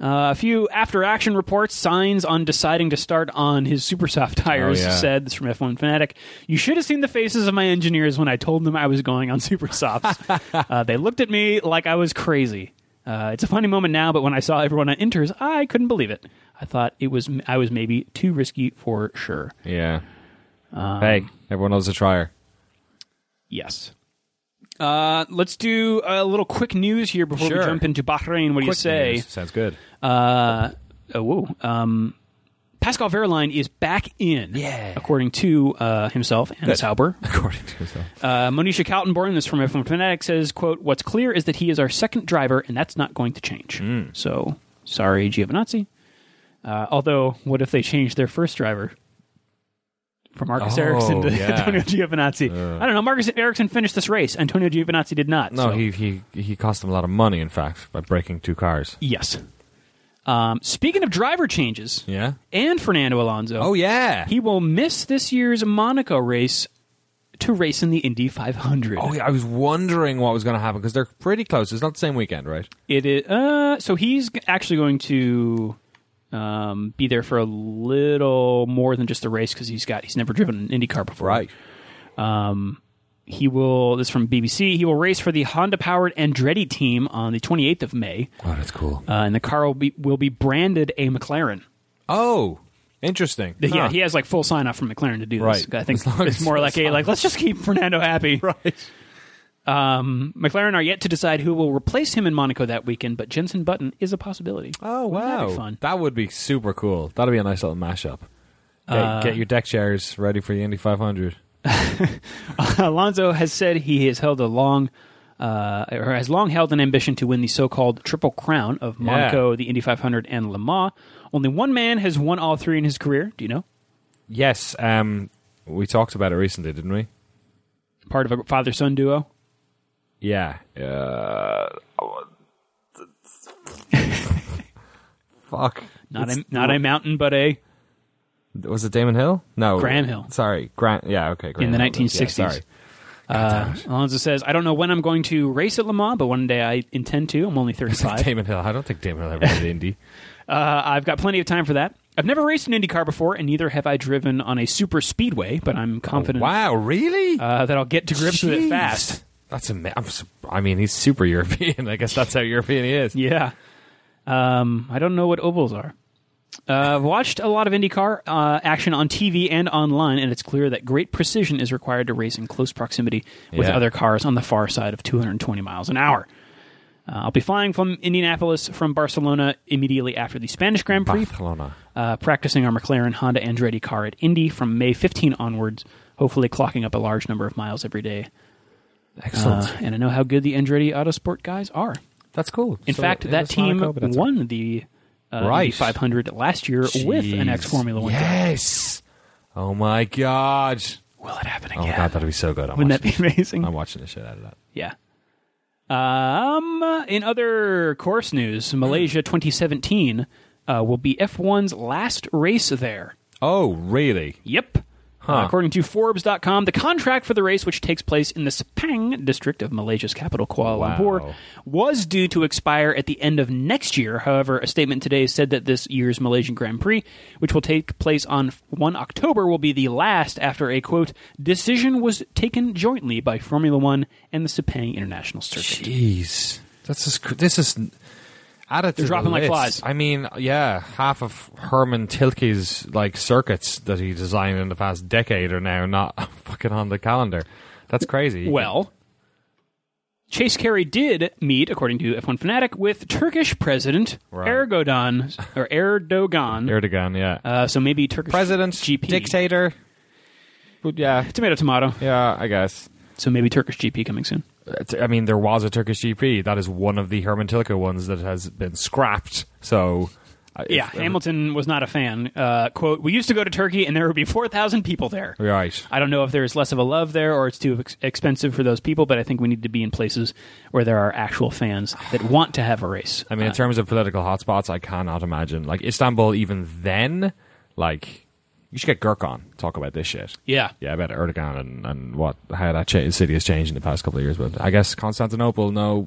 Uh, a few after action reports, signs on deciding to start on his super soft [LAUGHS] tires Oh, yeah. said, this is from F1 Fanatic, you should have seen the faces of my engineers when I told them I was going on [LAUGHS] super softs. [LAUGHS] uh, they looked at me like I was crazy. Uh, it's a funny moment now, but when I saw everyone on inters, I couldn't believe it. I thought it was I was maybe too risky for sure. Yeah. Um, hey, everyone loves a trier. Yes. Uh, let's do a little quick news here before Sure. we jump into Bahrain. What do you say? Sounds [LAUGHS] good. Uh, oh, whoa. Um, Pascal Verline is back in, Yeah. according to uh, himself and Sauber. According to himself. [LAUGHS] Uh, Monisha Kaltenborn, this is from F1 Fanatic, says, quote, What's clear is that he is our second driver, and that's not going to change. Hmm. So, sorry, Giovinazzi. Uh, although, what if they change their first driver? From Marcus Oh, Ericsson to [LAUGHS] yeah. Uh. Antonio Giovinazzi. I don't know. Marcus Ericsson finished this race. Antonio Giovinazzi did not. so- No, he, he he cost him a lot of money, in fact, by breaking two cars. Yes. Um, speaking of driver changes Yeah. and Fernando Alonso. Oh yeah. He will miss this year's Monaco race to race in the Indy 500. oh yeah. I was wondering what was going to happen because they're pretty close. It's not the same weekend, right? It is uh, so he's g- actually going to um, be there for a little more than just the race because he's got he's never driven an IndyCar before. He will this is from BBC. He will race for the Honda powered Andretti team on the 28th of May, Oh, that's cool. uh, and the car will be will be branded a McLaren. Oh, interesting. [LAUGHS] Yeah, Huh. he has like full sign off from McLaren to do this. Right. I think As long it's as- more like a like let's just keep Fernando happy. [LAUGHS] Um, Right. McLaren are yet to decide who will replace him in Monaco that weekend, but Jensen Button is a possibility. Oh Wouldn't wow. That be fun. That would be super cool. That'd be a nice little mashup. Get, Uh, get your deck chairs ready for the Indy 500. [LAUGHS] Alonso has said he has held a long, uh, or has long held an ambition to win the so-called Triple Crown of Monaco, the Indy 500, and Le Mans. Only one man has won all three in his career. Do you know? Yes. Um, we talked about it recently, didn't we? Part of a father-son duo. Yeah. Uh, [LAUGHS] fuck. Not a, not a mountain, but a Was it Damon Hill? No. Graham Hill. Sorry. Grant. Yeah, okay. in Graham the Hill. Yeah, 1960s. sorry. Uh, Alonso says, "I don't know when I'm going to race at Le Mans, but one day I intend to. I'm only 35. [LAUGHS] Damon Hill. I don't think Damon Hill ever [LAUGHS] did Indy. Uh, I've got plenty of time for that. I've never raced an IndyCar before, and neither have I driven on a super speedway, but I'm confident Oh, Wow, really? uh, that I'll get to grips with it fast. That's ama- I'm su- I mean, he's super European. [LAUGHS] I guess that's how European he is. Yeah. Um, I don't know what ovals are. Uh, I've watched a lot of IndyCar uh, action on TV and online, and it's clear that great precision is required to race in close proximity with Yeah. other cars on the far side of 220 miles an hour. Uh, I'll be flying from Indianapolis from Barcelona immediately after the Spanish Grand Prix, Barcelona. uh, practicing our McLaren Honda Andretti car at Indy from May 15 onwards, hopefully clocking up a large number of miles every day. Excellent. Uh, and I know how good the Andretti Autosport guys are. that's cool. In So fact, it that was team Monaco, but that's won the uh, Right. Indy 500 last year all right. with an ex Formula One. driver. Yes. Oh my god. Will it happen again? Oh my god, Um, that'd be so good. I'm Wouldn't that watching, [LAUGHS] be amazing? I'm watching the shit out of that. yeah. Um, in other course news, Malaysia 2017 uh, will be F1's last race there. Oh, really? Yep. Uh, according to Forbes.com, the contract for the race, which takes place in the Sepang district of Malaysia's capital, Kuala Lumpur, Wow. was due to expire at the end of next year. However, a statement today said that this year's Malaysian Grand Prix, which will take place on 1 October, will be the last after a quote, decision was taken jointly by Formula One and the Sepang International Circuit. Jeez, that's just, cr- this is Added They're to dropping the like flies. list, I mean, yeah, half of Herman Tilke's like circuits that he designed in the past decade are now not [LAUGHS] fucking on the calendar. That's crazy. Well, Chase Carey did meet, according to F1 Fanatic, with Turkish President Right. Erdogan or Erdogan. Erdogan, yeah, uh, so maybe Turkish president, GP dictator. But yeah, Tomato, tomato. yeah, I guess. So maybe Turkish GP coming soon. It's- I mean, there was a Turkish GP. That is one of the Herman Tilke ones that has been scrapped. So, uh, if- Yeah, Hamilton was not a fan. Uh, quote, we used to go to Turkey and there would be 4,000 people there. right. I don't know if there's less of a love there or it's too ex- expensive for those people, but I think we need to be in places where there are actual fans that want to have a race. Uh, I mean, in terms of political hotspots, I cannot imagine. Like Istanbul, even then, like you should get Gurk on talk about this shit. yeah. Yeah, about Erdogan and, and what how that cha- city has changed in the past couple of years. But I guess Constantinople, no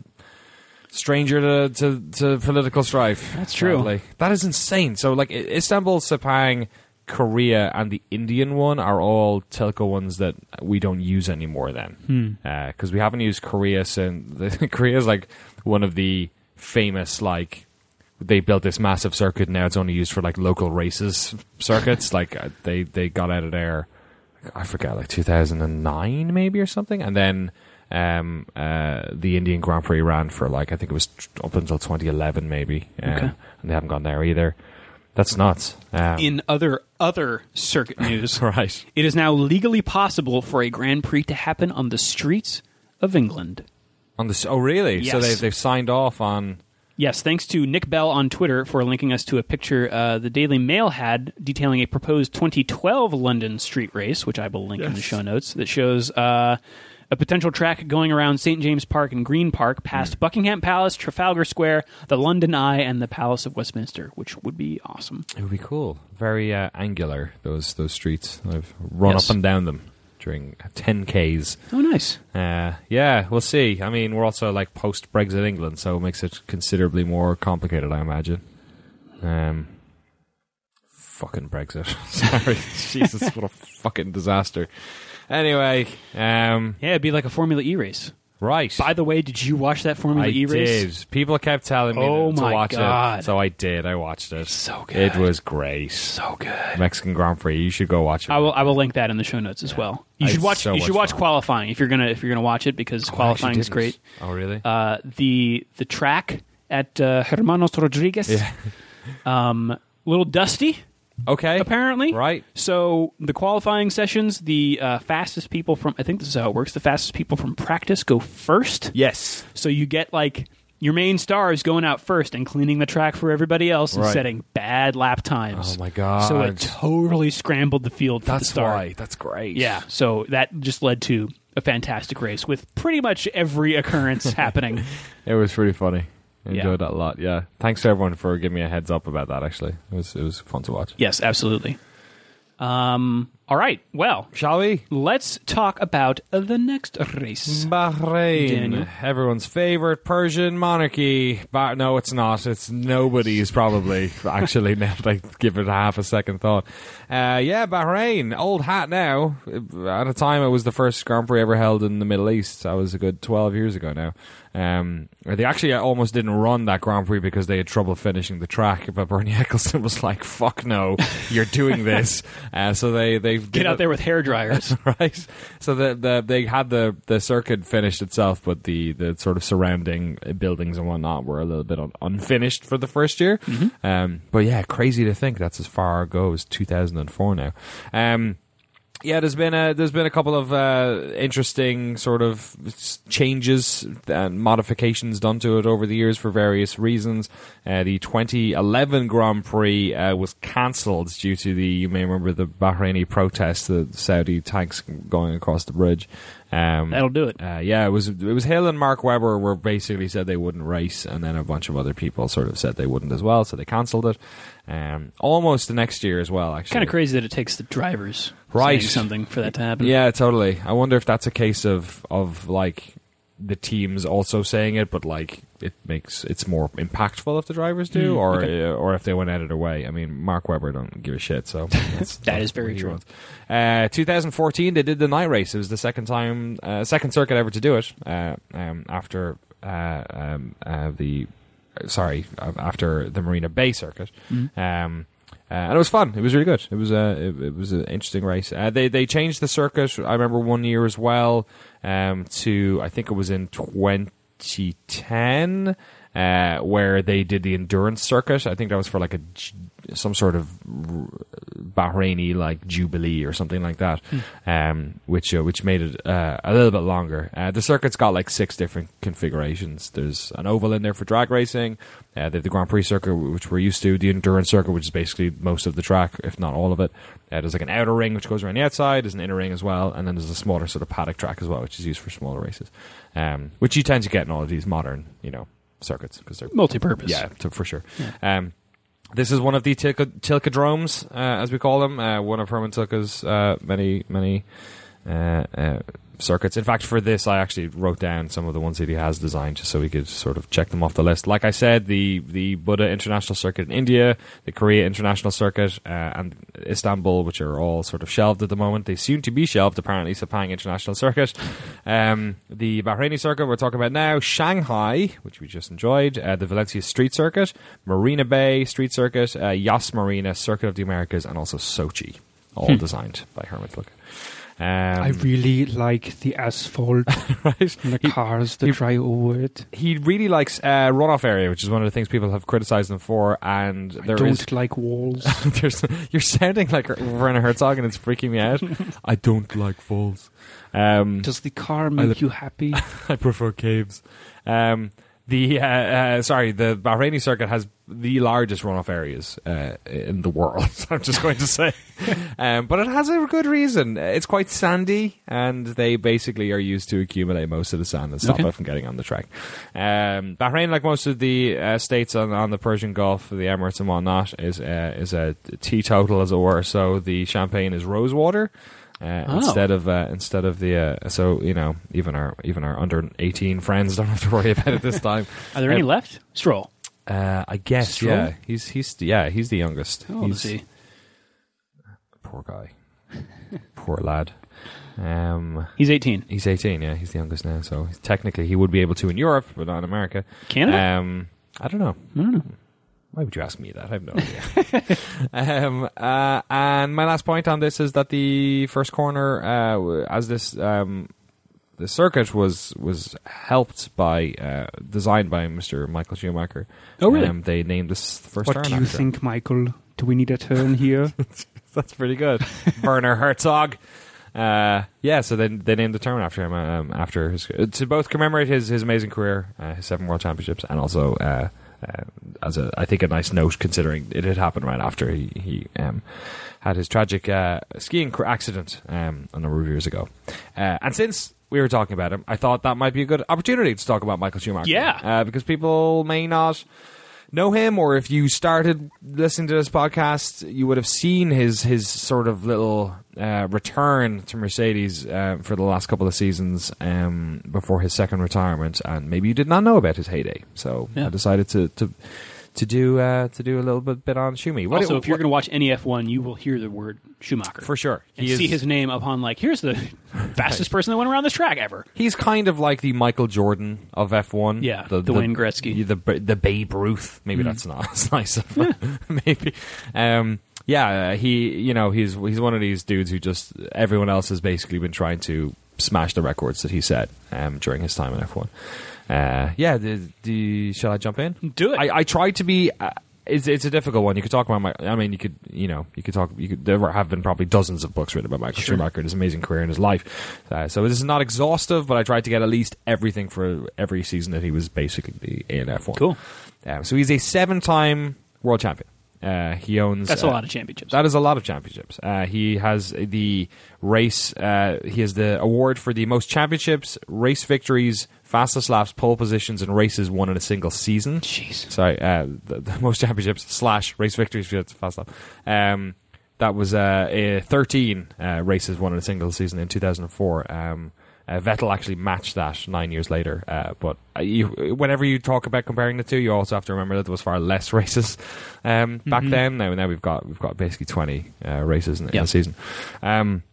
stranger to to, to political strife. That's true. sadly. That is insane. So like I- Istanbul, Sepang. Korea and the Indian one are all telco ones that we don't use anymore. Then, because we haven't used Korea since [LAUGHS] Korea is like one of the famous like they built this massive circuit. Now it's only used for like local races circuits. like uh, they they got out of there. I forget, like 2009 maybe or something, and then um, uh, the Indian Grand Prix ran for like I think it was t- up until 2011 maybe, um, Okay. and they haven't gone there either. That's nuts. Um, In [LAUGHS] other other circuit news, right. it is now legally possible for a Grand Prix to happen on the streets of England. On the s- oh really? So Yes. they they've signed off on Yes, thanks to Nick Bell on Twitter for linking us to a picture uh, the Daily Mail had detailing a proposed 2012 London street race, which I will link in the show notes, that shows uh, a potential track going around St. James Park and Green Park, past Buckingham Palace, Trafalgar Square, the London Eye, and the Palace of Westminster, which would be awesome. It would be cool. Very uh, angular those those streets. I've run Yes. up and down them during 10ks. Oh, nice. Uh, yeah, we'll see. I mean, we're also like post Brexit England, so it makes it considerably more complicated, I imagine. Um, fucking Brexit. [LAUGHS] Sorry, Jesus, what a fucking disaster. Anyway, um, Yeah, it'd be like a Formula E race. right. By the way, did you watch that Formula I E race? did. People kept telling me Oh to my watch God. it, so I did. I watched it. so good. It was great. So good. Mexican Grand Prix. You should go watch it. I will. I will link that in the show notes as well. You It's should watch. so you should much watch fun. qualifying if you're gonna if you're gonna watch it because Oh, I actually qualifying is didn't. great. Oh, really? Uh, the the track at uh, Hermanos Rodriguez, [LAUGHS] um, little dusty okay. apparently. Right. So the qualifying sessions, the uh, fastest people from I think this is how it works. The fastest people from practice go first. Yes. So you get like your main stars going out first and cleaning the track for everybody else and Right. setting bad lap times. Oh my god. So it totally scrambled the field. for the That's start. why. That's great. Yeah. So that just led to a fantastic race with pretty much every occurrence [LAUGHS] happening. It was pretty funny. I Yeah. enjoyed that a lot. Yeah. Thanks to everyone for giving me a heads up about that actually. It was it was fun to watch. Yes, absolutely. Um, all right. Well, Shall we? let's talk about the next race. Bahrain, Daniel. everyone's favorite Persian monarchy. Bah- no, it's not. It's nobody's probably. [LAUGHS] actually, now that I give it half a second thought, uh, yeah, Bahrain, old hat now. At a time, it was the first Grand Prix ever held in the Middle East. That was a good twelve years ago now. Um, they actually almost didn't run that Grand Prix because they had trouble finishing the track. But Bernie [LAUGHS] Ecclestone was like, "Fuck no, you're [LAUGHS] doing this." uh, so they they Get out there with hair [LAUGHS] dryers. right? So the, the they had the, the circuit finished itself, but the, the sort of surrounding buildings and whatnot were a little bit un- unfinished for the first year. Um, but yeah, crazy to think that's as far ago as 2004 now. Um, yeah, there's been a there's been a couple of uh, interesting sort of s- changes and modifications done to it over the years for various reasons. Uh, the 2011 Grand Prix uh, was cancelled due to the you may remember the Bahraini protests, the Saudi tanks going across the bridge. Um, That'll do it. uh, yeah, it was it was Hill and Mark Webber were basically said they wouldn't race, and then a bunch of other people sort of said they wouldn't as well, so they cancelled it. Um, almost the next year as well, actually. kind of crazy that it takes the drivers Right. saying something for that to happen. Yeah, totally. I wonder if that's a case of of like the teams also saying it, but like it makes it's more impactful if the drivers do, Hmm, or okay. uh, or if they went out of their way. I mean, Mark Webber don't give a [LAUGHS] shit, so that's, That is very what he true. wants. Uh, 2014, they did the night race. It was the second time, uh, second circuit ever to do it uh, um, after uh, um, uh, the sorry, um, after the Marina Bay circuit. Um, uh, and it was fun. It was really good. It was a it, it was an interesting race. Uh, they they changed the circuit. I remember one year as well um, to I think it was in 2010 uh, where they did the endurance circuit. I think that was for like a j- some sort of r- Bahraini like jubilee or something like that, um, which uh, which made it uh, a little bit longer. Uh, the circuit's got like six different configurations. There's an oval in there for drag racing. Uh, they have the Grand Prix circuit, which we're used to. The endurance circuit, which is basically most of the track, if not all of it. Uh, there's like an outer ring which goes around the outside. There's an inner ring as well, and then there's a smaller sort of paddock track as well, which is used for smaller races, um, which you tend to get in all of these modern, you know, circuits because they're Multi-purpose. Yeah, to, for sure. Um, this is one of the Tilka, Tilkadromes, uh, as we call them, uh, one of Herman Tilka's uh, many, many uh, uh, circuits. In fact, for this, I actually wrote down some of the ones that he has designed just so we could sort of check them off the list. Like I said, the, the Buddha International Circuit in India, the Korea International Circuit, uh, and Istanbul, which are all sort of shelved at the moment. They soon to be shelved, apparently, Sepang International Circuit. Um, the Bahraini Circuit we're talking about now, Shanghai, which we just enjoyed, uh, the Valencia Street Circuit, Marina Bay Street Circuit, uh, Yas Marina Circuit of the Americas, and also Sochi, all designed by Herman Tilke. Um, I really like the [LAUGHS] asphalt right? and the cars that drive over it. he really likes uh, runoff area, which is one of the things people have criticized him for. And I there don't is- [LAUGHS] like walls. there's, you're sounding like Werner Herzog, and it's freaking [LAUGHS] me out. I don't like falls. Um, Does the car make look- you happy? [LAUGHS] I prefer caves. Um, the uh, uh, sorry, the Bahraini circuit has the largest runoff areas uh, in the world. [LAUGHS] I'm just going to say, um, but it has a good reason. It's quite sandy, and they basically are used to accumulate most of the sand and stop Okay. it from getting on the track. Um, Bahrain, like most of the uh, states on, on the Persian Gulf, the Emirates and whatnot, is uh, is a teetotal, as it were. So the champagne is rose water. Uh, Oh. instead of uh, instead of the uh, so you know even our even our under eighteen friends don't [LAUGHS] have to worry about it [LAUGHS] this time. Are there any Um, left? Stroll. Uh, I guess Stroll? yeah. He's he's yeah he's the youngest. How old he's is he? poor guy, [LAUGHS] poor lad. Um, He's 18. he's eighteen. Yeah, he's the youngest now. So he's- technically he would be able to in Europe, but not in America. Canada? Um, I don't know. I don't know. Why would you ask me that? I have no idea. [LAUGHS] um, uh, and my last point on this is that the first corner, uh, w- as this um, the circuit was was helped by uh, designed by Mr. Michael Schumacher. Oh, really? Um, they named this first. what turn do you after him. think, Michael? Do we need a turn [LAUGHS] here? That's pretty good. Werner Herzog. Uh, yeah, so then they named the tournament after him. Um, after his, to both commemorate his, his amazing career, uh, his seven world championships, and also uh, uh, as a I think a nice note considering it had happened right after he he um, had his tragic uh, skiing cr- accident um, a number of years ago. Uh, and since we were talking about him, I thought that might be a good opportunity to talk about Michael Schumacher. Yeah. uh, because people may not know him or if you started listening to this podcast you would have seen his his sort of little uh, return to mercedes uh, for the last couple of seasons um, before his second retirement and maybe you did not know about his heyday so Yeah. i decided to to to do uh, to do a little bit bit on shumi What- also, if you're what- going to watch any F1, you will hear the word Schumacher. for sure And he see is, his name upon, like, here's [LAUGHS] the fastest person that went around this track ever. he's kind of like the michael jordan of f1 Yeah, the Wayne Gretzky. Hmm. the the Babe Ruth. Maybe that's not as [LAUGHS] nice of [LAUGHS] maybe. Um, yeah, uh, he you know he's he's one of these dudes who just everyone else has basically been trying to smash the records that he set um, during his time in F one. Uh, yeah, the, the shall I jump in? Do it. I, I tried to be. Uh, it's, it's a difficult one. You could talk about my. I mean, you could you know you could talk. You could, there have been probably dozens of books written about Michael Schumacher and his amazing career and his life. Uh, so this is not exhaustive, but I tried to get at least everything for every season that he was basically in F one. Cool. Um, so he's a seven-time world champion. Uh, he owns. That's a uh, lot of championships. That is a lot of championships. Uh, he has the race. Uh, he has the award for the most championships, race victories, fastest laps, pole positions, and races won in a single season. Jeez. Sorry, uh, the, the [LAUGHS] most championships slash race victories. if you had to Fast lap. Um, that was uh, uh, 13 uh, races won in a single season in 2004. Um, uh, Vettel actually matched that nine years later. Uh, but uh, you, whenever you talk about comparing the two, you also have to remember that there was far less [LAUGHS] races um, back then. Now, now we've got we've got basically 20 uh, races in, in Yeah. a season. Um,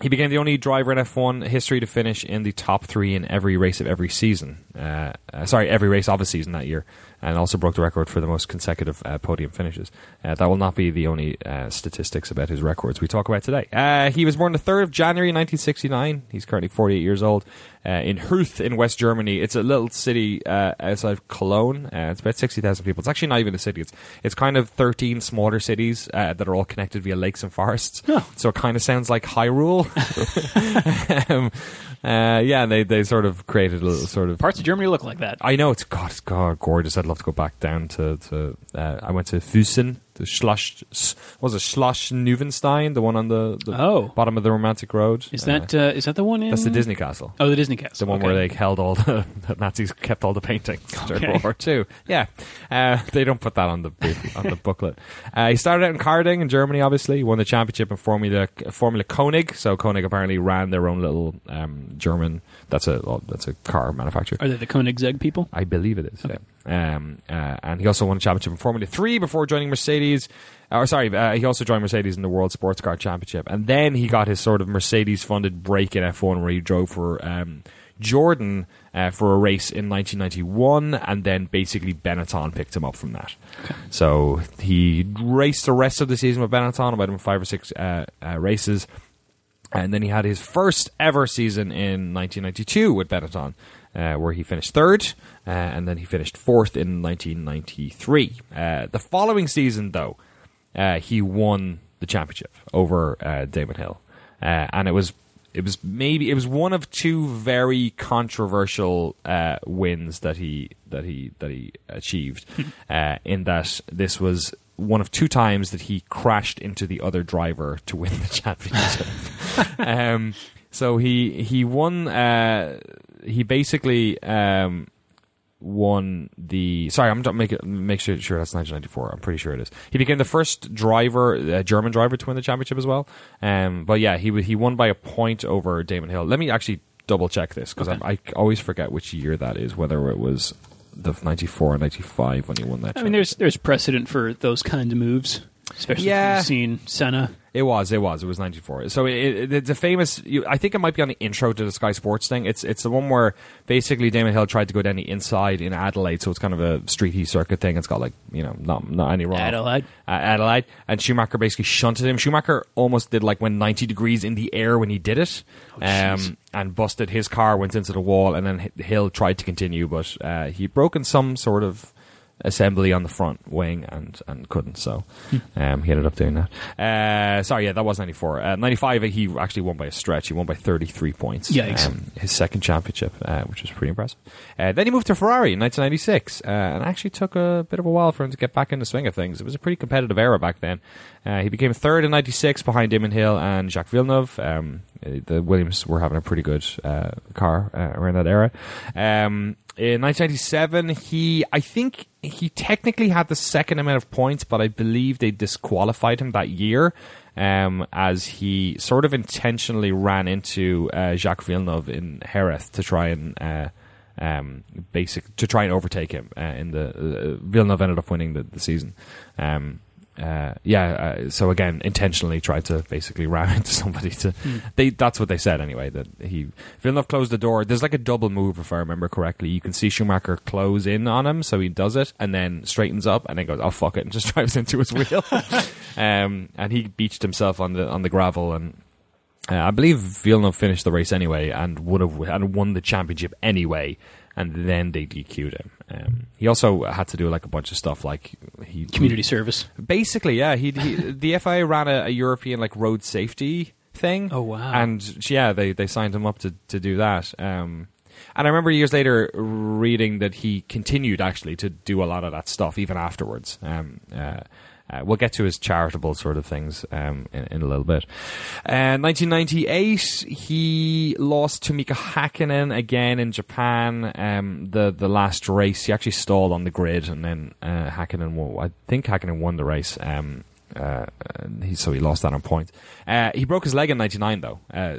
he became the only driver in F1 history to finish in the top three in every race of every season. Uh, uh, sorry, every race of a season that year. and also broke the record for the most consecutive uh, podium finishes. Uh, that will not be the only uh, statistics about his records we talk about today. Uh, he was born the 3rd of January 1969. He's currently 48 years old uh, in Hurth in West Germany. It's a little city uh, outside of Cologne. Uh, it's about 60,000 people. It's actually not even a city. It's, it's kind of 13 smaller cities uh, that are all connected via lakes and forests. So it kind of sounds like Hyrule. [LAUGHS] um, uh, yeah, they, they sort of created a little sort of Parts of Germany look like that. I know it's God, it's God, gorgeous. I'd love to go back down to. to uh, I went to Füssen, the Schloss, S- what was it Schloss Neuvenstein, the one on the, the Oh. bottom of the romantic road. Is Uh, that uh, is that the one in? that's the Disney castle? Oh, the Disney cast. The one where they held all the, [LAUGHS] the Nazis kept all the paintings during Okay. World War II. Yeah, uh, they don't put that on the brief- on the booklet. Uh, he started out in karting in Germany. Obviously, he won the championship in Formula Formula Koenig. So Koenig apparently ran their own little um, German. That's a well, that's a car manufacturer. Are they the Koenigsegg people? I believe it is. yeah. Um, uh, and he also won a championship in Formula Three before joining Mercedes. Or sorry, uh, he also joined Mercedes in the World Sports Car Championship, and then he got his sort of Mercedes-funded break in F1, where he drove for um, Jordan uh, for a race in 1991, and then basically Benetton picked him up from that. So he raced the rest of the season with Benetton, about five or six uh, uh, races. And then he had his first ever season in 1992 with Benetton, uh, where he finished third, uh, and then he finished fourth in 1993. Uh, the following season, though, uh, he won the championship over uh, Damon Hill, uh, and it was it was maybe it was one of two very controversial uh, wins that he that he that he achieved. uh, in that this was one of two times that he crashed into the other driver to win the [LAUGHS] championship. um, so he he won. Uh, he basically um, won the. Sorry, I'm not make it, make sure sure that's 1994. I'm pretty sure it is. He became the first driver, uh, German driver, to win the championship as well. Um, but yeah, he wa- he won by a point over Damon Hill. Let me actually double check this because I always forget which year that is, whether it was the 94 or 95 when he won that. I mean, there's there's precedent for those kind of moves, especially Yeah. if you've seen Senna. It was, it was, it was ninety four. So it, it, it's a famous. You, I think it might be on the intro to the Sky Sports thing. It's it's the one where basically Damon Hill tried to go down the inside in Adelaide, so it's kind of a streety circuit thing. It's got like you know not not any wrong Adelaide. uh, Adelaide, and Schumacher basically shunted him. Schumacher almost did like went ninety degrees in the air when he did it, um, and busted his car, went into the wall, and then H- Hill tried to continue, but uh, he'd broken some sort of assembly on the front wing and, and couldn't. So um, he ended up doing that. Uh, sorry, yeah, that was 94. Uh, 95, he actually won by a stretch. He won by 33 points. Yikes. Um, his second championship, uh, which was pretty impressive. Uh, then he moved to Ferrari in 1996 uh, and actually took a bit of a while for him to get back in the swing of things. It was a pretty competitive era back then. Uh, he became third in 96 behind Damon Hill and Jacques Villeneuve. Um, uh, the Williams were having a pretty good uh, car uh, around that era. Um, in 1997, he, I think he technically had the second amount of points, but I believe they disqualified him that year um, as he sort of intentionally ran into uh, Jacques Villeneuve in Jerez to try and. Uh, um, basic to try and overtake him uh, in the uh, Villeneuve ended up winning the, the season. Um, uh, yeah, uh, so again, intentionally tried to basically [LAUGHS] ram into somebody. To they, that's what they said anyway. That he Villeneuve closed the door. There's like a double move, if I remember correctly. You can see Schumacher close in on him, so he does it and then straightens up and then goes, "Oh fuck it," and just [LAUGHS] drives into his wheel. um, and he beached himself on the on the gravel and uh, I believe Villeneuve finished the race anyway and would have and won the championship anyway. And then they DQ'd him. Um, he also had to do like a bunch of stuff, like he Community service. Basically, yeah. He, he the FIA ran a, a European like road safety thing. Oh, wow. And yeah, they they signed him up to to do that. Um, and I remember years later reading that he continued actually to do a lot of that stuff even afterwards. Um, uh, uh, we'll get to his charitable sort of things um, in, in a little bit. Uh, 1998, he lost to Mika Hakkinen again in Japan. Um, the the last race, he actually stalled on the grid, and then uh, Hakkinen won. I think Hakkinen won the race. Um, uh, and he, so he lost that on points. Uh, he broke his leg in '99, though. Uh,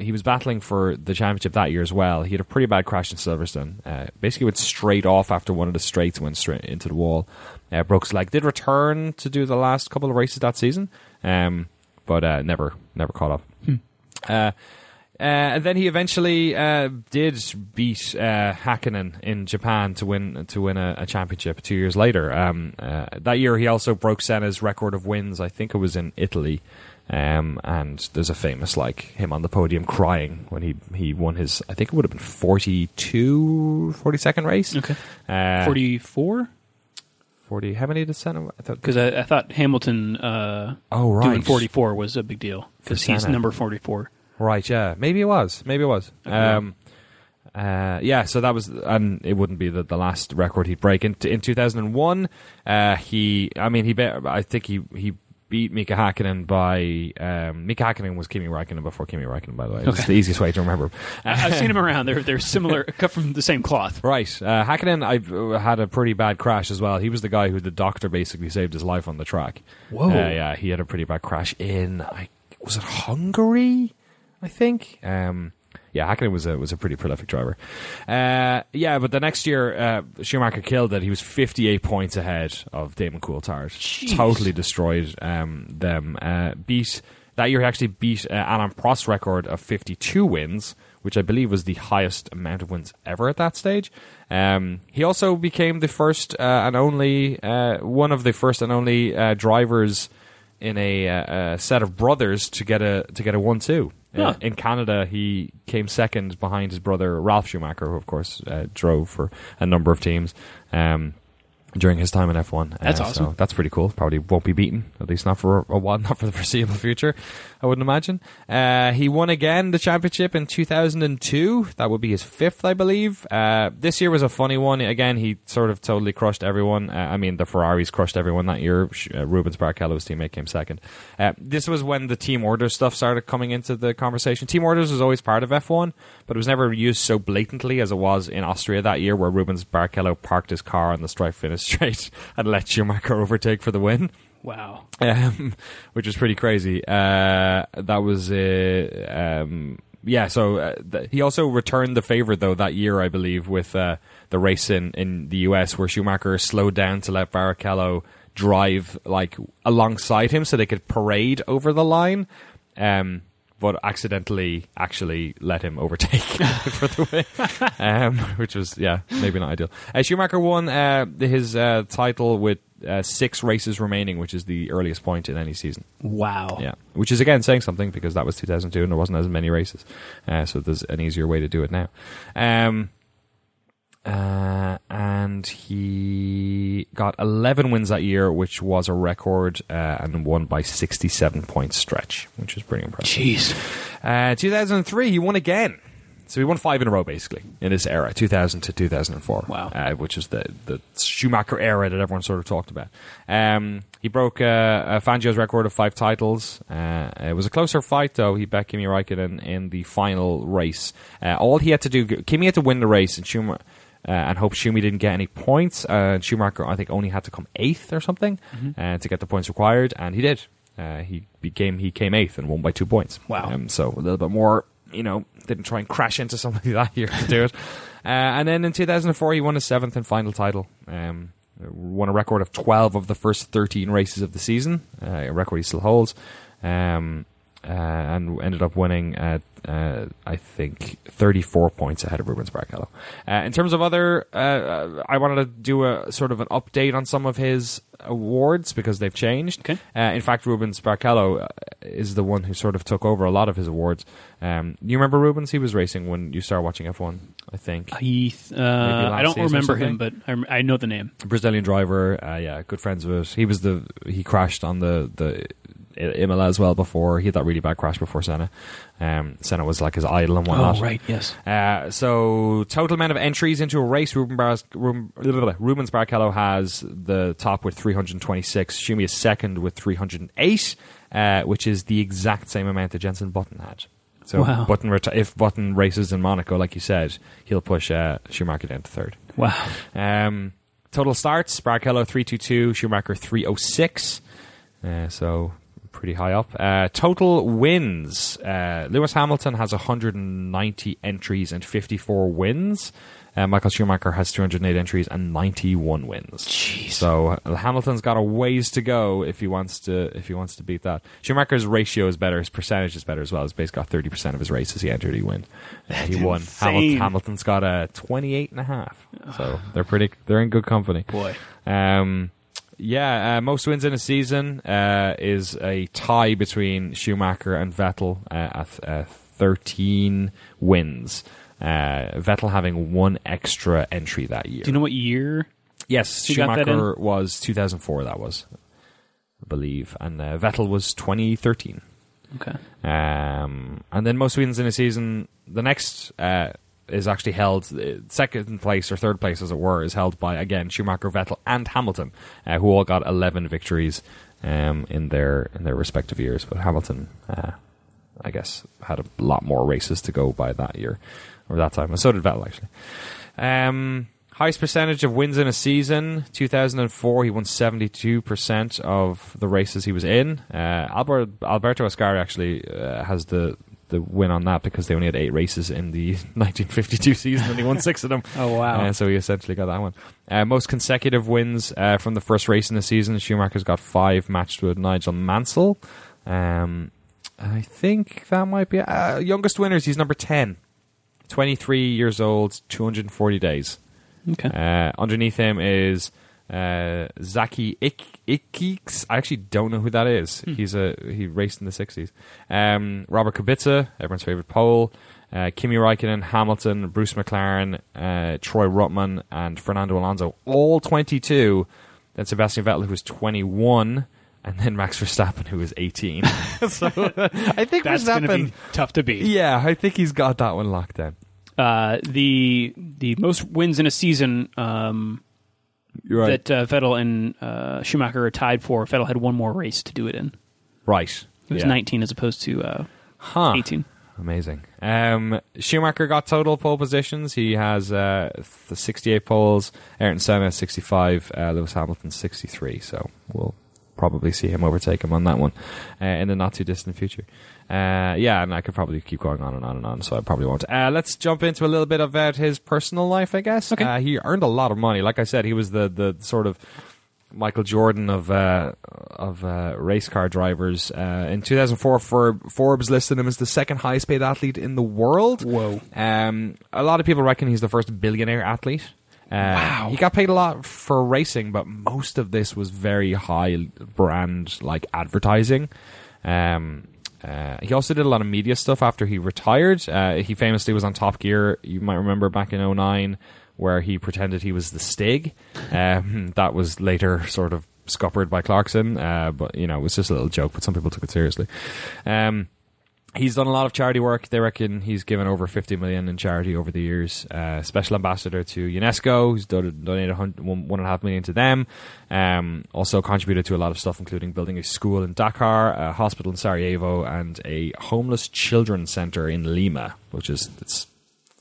he was battling for the championship that year as well. He had a pretty bad crash in Silverstone. Uh, basically, went straight off after one of the straights, went straight into the wall. Uh, broke his leg. Did return to do the last couple of races that season, um, but uh, never, never caught up. Uh, Uh, and then he eventually uh, did beat uh, Hakkinen in Japan to win to win a, a championship. Two years later, um, uh, that year he also broke Senna's record of wins. I think it was in Italy, um, and there's a famous like him on the podium crying when he, he won his. I think it would have been 42, 42nd race. Okay. Uh, 40. 44? 40 How many did Senna? I thought, Because I, I thought Hamilton uh, oh right, doing 44 was a big deal because For he's Senna. number 44. Right, yeah. Maybe it was. Maybe it was. Um, uh, yeah, so that was, and it wouldn't be the, the last record he'd break. In, in 2001, uh, he, I mean, he, be, I think he, he beat Mika Hakkinen by, um, Mika Hakkinen was Kimi Räikkönen before Kimi Räikkönen, by the way. It's the easiest way to remember. I, I've seen him around. They're they're [LAUGHS] similar, cut from the same cloth. Right. Uh, Hakkinen I, uh, had a pretty bad crash as well. He was the guy who the doctor basically saved his life on the track. Whoa. Uh, yeah, he had a pretty bad crash in, I, was it Hungary? I think. Um, yeah, Hakkinen was a, was a pretty prolific driver. Uh, yeah, but the next year, uh, Schumacher killed it. He was 58 points ahead of Damon Coulthard. Totally destroyed um, them. Uh, beat That year, he actually beat uh, Alan Prost's record of 52 wins which I believe was the highest amount of wins ever at that stage. Um, he also became the first uh, and only uh, one of the first and only uh, drivers in a, uh, a set of brothers to get a to get a one two. Huh. in Canada, he came second behind his brother Ralph Schumacher, who of course uh, drove for a number of teams. Um, during his time in F one, That's Uh, so awesome. that's pretty cool. Probably won't be beaten, at least not for a while, [LAUGHS] not for the foreseeable future. I wouldn't imagine. Uh, he won again the championship in 2002. That would be his fifth, I believe. Uh, this year was a funny one. Again, he sort of totally crushed everyone. Uh, I mean, the Ferraris crushed everyone that year. Sh- Uh, Rubens Barrichello, his teammate, came second. Uh, this was when the team order stuff started coming into the conversation. Team orders was always part of F1, but it was never used so blatantly as it was in Austria that year, where Rubens Barrichello parked his car on the stripe finish [LAUGHS] straight and let Schumacher overtake for the win Wow. um, [LAUGHS] which was pretty crazy. Uh, that was uh, um, yeah. So uh, th- he also returned the favor though that year, I believe, with uh, the race in in the US where Schumacher slowed down to let Barrichello drive like alongside him so they could parade over the line. Um, but accidentally, actually let him overtake [LAUGHS] for the win um, which was yeah maybe not ideal. Uh, Schumacher won uh, his uh, title with uh, six races remaining, which is the earliest point in any season. Wow. Yeah, which is again saying something because that was 2002 and there wasn't as many races, uh, so there's an easier way to do it now. Um, uh, and he got 11 wins that year, which was a record, uh, and won by 67 point stretch, which is pretty impressive. Jeez. Uh, 2003, he won again. So he won five in a row, basically, in this era, 2000 to 2004. Wow. Uh, which is the, the Schumacher era that everyone sort of talked about. Um, he broke uh, uh, Fangio's record of five titles. Uh, it was a closer fight, though. He bet Kimi Räikkönen in the final race. Uh, all he had to do, Kimi had to win the race, and Schumacher. Uh, and hope Schumi didn't get any points. Uh, Schumacher, I think, only had to come eighth or something Mm-hmm. uh, to get the points required, and he did. Uh, he became he came eighth and won by two points. Wow. Um, so a little bit more, you know, didn't try and crash into somebody [LAUGHS] that year to do it. Uh, and then in 2004, he won his seventh and final title. Um, won a record of 12 of the first 13 races of the season, uh, a record he still holds. Um, uh, and ended up winning at, uh, I think, 34 points ahead of Rubens Barrichello. Uh, in terms of other, uh, uh, I wanted to do a sort of an update on some of his awards because they've changed. Okay. Uh, in fact, Rubens Barrichello uh, is the one who sort of took over a lot of his awards. Um, you remember Rubens? He was racing when you started watching F1, I think. He, uh, last I don't season or remember him, but I, rem- I know the name. Brazilian driver, uh, yeah, good friends of us. He was the he crashed on the the I- Imola as well before. He had that really bad crash before Senna. Um, Senna was like his idol and whatnot. Oh, right. Yes. Uh, so total amount of entries into a race, Ruben Bar- Ruben, Rubens Barrichello has the top with 326. Shumi is second with 308, uh, which is the exact same amount that Jensen Button had. So Wow. Button reti- if Button races in Monaco, like you said, he'll push uh, Schumacher down to third. Wow. Um, total starts: Barrichello three two two, Schumacher three oh six. Uh, so pretty high up. Uh, total wins. Uh, Lewis Hamilton has 190 entries and 54 wins. Uh, Michael Schumacher has 208 entries and 91 wins. Jeez. So uh, Hamilton's got a ways to go if he wants to if he wants to beat that. Schumacher's ratio is better, his percentage is better as well. He's basically got 30 percent of his races he entered, he won. Uh, he won. insane. Hamilton, Hamilton's got a 28 and a half. So they're pretty. They're in good company. Boy. Um, yeah, uh, most wins in a season uh, is a tie between Schumacher and Vettel uh, at uh, 13 wins. Uh, Vettel having one extra entry that year. Do you know what year? yes, you got that Schumacher was 2004. That was, I believe, and uh, Vettel was 2013. Okay. Um, and then most wins in a season. The next uh, is actually held uh, second place or third place, as it were, is held by again Schumacher, Vettel, and Hamilton, uh, who all got eleven victories um, in their in their respective years. But Hamilton, uh, I guess, had a lot more races to go by that year or that time, and so did Vettel actually. Um, highest percentage of wins in a season, 2004. He won 72% of the races he was in. Uh, Albert, Alberto Ascari actually uh, has the the win on that because they only had eight races in the [LAUGHS] 1952 season and he won six of them. Oh, wow. Uh, so he essentially got that one. Uh, most consecutive wins uh, from the first race in the season. Schumacher's got five matched with Nigel Mansell. Um, I think that might be uh, youngest winners. He's number ten. 23 years old, 240 days. Okay. [LAUGHS] Uh, underneath him is uh, Zaki Ik- Ikiks. I actually don't know who that is. Hmm. He's a he raced in the 60s. Um, Robert Kubica, everyone's favorite pole. Uh, Kimi Raikkonen, Hamilton, Bruce McLaren, uh, Troy Ruttman, and Fernando Alonso, all 22. Then Sebastian Vettel, who was 21, and then Max Verstappen, who was [LAUGHS] 18. [LAUGHS] so I think That's going to [LAUGHS] Verstappen. be tough to beat. Yeah, I think he's got that one locked down. Uh, the the most wins in a season um, You're right. that uh, Vettel and uh, Schumacher are tied for. Vettel had one more race to do it in. right. It was Yeah. 19 as opposed to uh, Huh. 18. Amazing. Um, Schumacher got total pole positions. He has uh, th- 68 poles. Ayrton Senna 65. Uh, Lewis Hamilton 63. So we'll probably see him overtake him on that one uh, in the not too distant future. Uh, yeah, and I could probably keep going on and on and on. So I probably won't. Uh, let's jump into a little bit about his personal life. I guess. Okay. Uh, he earned a lot of money. Like I said, he was the the sort of Michael Jordan of uh, of uh, race car drivers. Uh, in 2004, for Forbes listed him as the second highest paid athlete in the world. Whoa. Um, a lot of people reckon he's the first billionaire athlete. Uh, Wow. He got paid a lot for racing, but most of this was very high brand like advertising. Um, uh, he also did a lot of media stuff after he retired. Uh, he famously was on Top Gear. You might remember back in 09 where he pretended he was the Stig. Um, [LAUGHS] that was later sort of scuppered by Clarkson, uh, but you know it was just a little joke. But some people took it seriously. Um, he's done a lot of charity work. They reckon he's given over 50 million in charity over the years. Uh, special ambassador to UNESCO, he's donated, donated a hun- one, one and a half million to them. Um, also contributed to a lot of stuff, including building a school in Dakar, a hospital in Sarajevo, and a homeless children's center in Lima, which is it's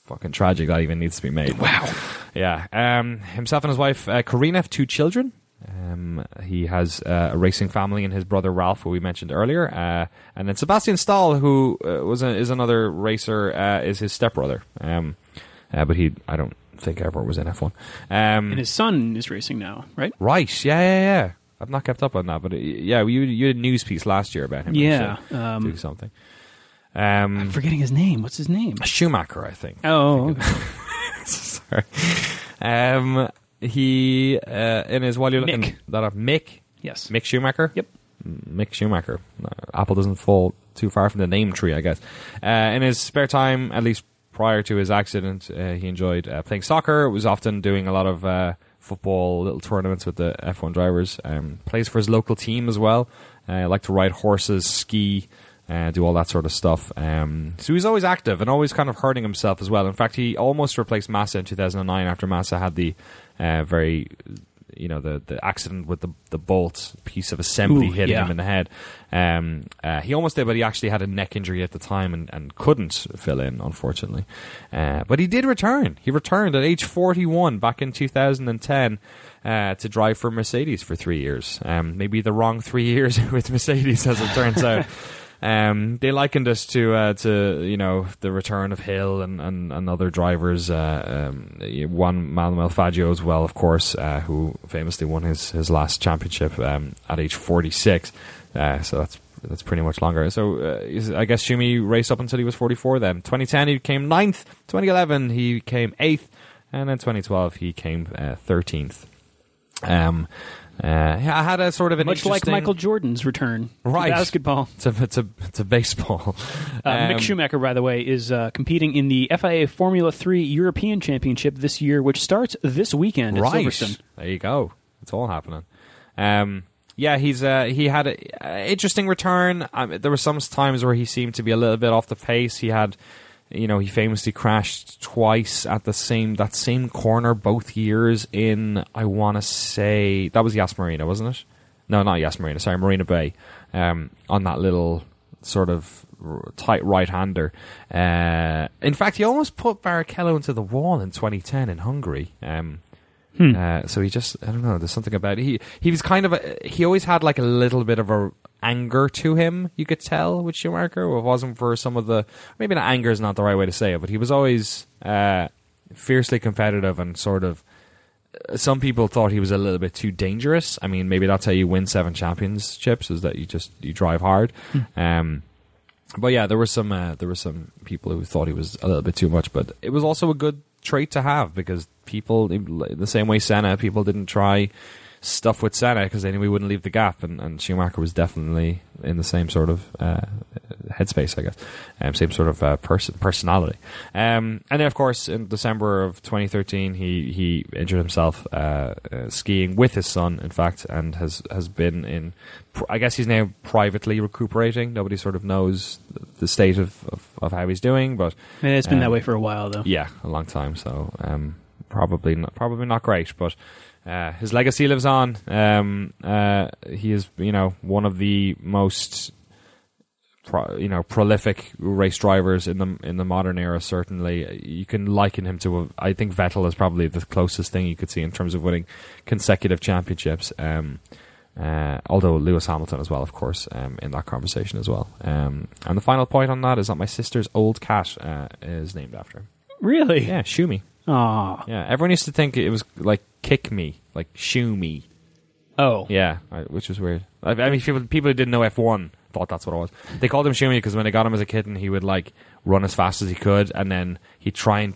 fucking tragic. That even needs to be made. Wow. Yeah. Um, himself and his wife uh, Karina have two children. Um, he has uh, a racing family and his brother Ralph, who we mentioned earlier, uh, and then Sebastian Stahl, who uh, was a, is another racer, uh, is his stepbrother. Um, uh, but he, I don't think ever was in F one. Um, And his son is racing now, right? right? Yeah, yeah, yeah. I've not kept up on that, but uh, yeah, you you did a news piece last year about him. Yeah, actually, um, do something. Um, Forgetting his name. What's his name? Schumacher, I think. [LAUGHS] Oh, okay. Sorry. Um, he uh, in his while you're looking Mick. that up, Mick yes. Mick Schumacher. Yep. M- Mick Schumacher. No, Apple doesn't fall too far from the name tree, I guess. Uh, in his spare time, at least prior to his accident, uh, he enjoyed uh, playing soccer. Was often doing a lot of uh, football, little tournaments with the F1 drivers. Um, plays for his local team as well. Uh, like to ride horses, ski. Uh, do all that sort of stuff. Um, so he's always active and always kind of hurting himself as well. In fact, he almost replaced Massa in 2009 after Massa had the uh, very you know the, the accident with the the bolt piece of assembly Ooh, hitting yeah. him in the head. Um, uh, he almost did, but he actually had a neck injury at the time and, and couldn't fill in, unfortunately. Uh, but he did return. He returned at age 41 back in 2010 uh, to drive for Mercedes for three years. Um, maybe the wrong three years [LAUGHS] with Mercedes, as it turns [LAUGHS] out. Um, they likened us to uh, to you know the return of Hill and, and, and other drivers. Uh, um, one Manuel Fangio as well, of course, uh, who famously won his, his last championship um, at age forty six. Uh, so that's that's pretty much longer. So uh, is- I guess Shumi raced up until he was forty four. Then twenty ten he came ninth. Twenty eleven he came eighth, and then twenty twelve he came uh, thirteenth. um, uh, yeah, I had a sort of an Much like interesting- Michael Jordan's return to Right. basketball. It's a, it's a, it's a baseball. Uh, Um, Mick Schumacher, by the way, is uh, competing in the FIA Formula 3 European Championship this year, which starts this weekend at Silverstone. There you go. It's all happening. Um, yeah, he's uh, he had an interesting return. Um, there were some times where he seemed to be a little bit off the pace. He had, you know, he famously crashed twice at the same that same corner both years. In I want to say that was Yas Marina, wasn't it? No, not Yas Marina. Sorry, Marina Bay. Um, on that little sort of r- tight right-hander. Uh, in fact, he almost put Barrichello into the wall in 2010 in Hungary. Um, Hmm. uh, so he just, I don't know. There's something about he. He was kind of a. He always had like a little bit of a anger to him. You could tell with Schumacher. If it wasn't for some of the maybe not anger is not the right way to say it, but he was always uh, fiercely competitive and sort of. uh, Some people thought he was a little bit too dangerous. I mean, maybe that's how you win seven championships: is that you just you drive hard. Um, but yeah, there were some uh, there were some people who thought he was a little bit too much, but it was also a good trait to have because people the same way Senna, people didn't try stuff with Senna because they knew he wouldn't leave the gap, and, and Schumacher was definitely in the same sort of uh, headspace, I guess, um, same sort of uh, person personality. Um, and then, of course, in December of 2013, he he injured himself uh, uh, skiing with his son, in fact, and has has been in. pr- I guess he's now privately recuperating. Nobody sort of knows the state of, of, of how he's doing, but And it's been Um, that way for a while, though. yeah, a long time. So um, probably not, probably not great, but uh, his legacy lives on. Um, uh, he is, you know, one of the most, pro, you know, prolific race drivers in the in the modern era. Certainly, you can liken him to. A, I think Vettel is probably the closest thing you could see in terms of winning consecutive championships. Um, uh, although Lewis Hamilton as well, of course, um, in that conversation as well. Um, and the final point on that is that my sister's old cat uh, is named after him. Really? Yeah, shoo me. Aw. Yeah, everyone used to think it was like kick me, like shoo me. Oh. Yeah, I- which was weird. I, I mean, people people who didn't know F one thought that's what it was. They called him shoo me because when they got him as a kitten, he would like run as fast as he could, and then he'd try and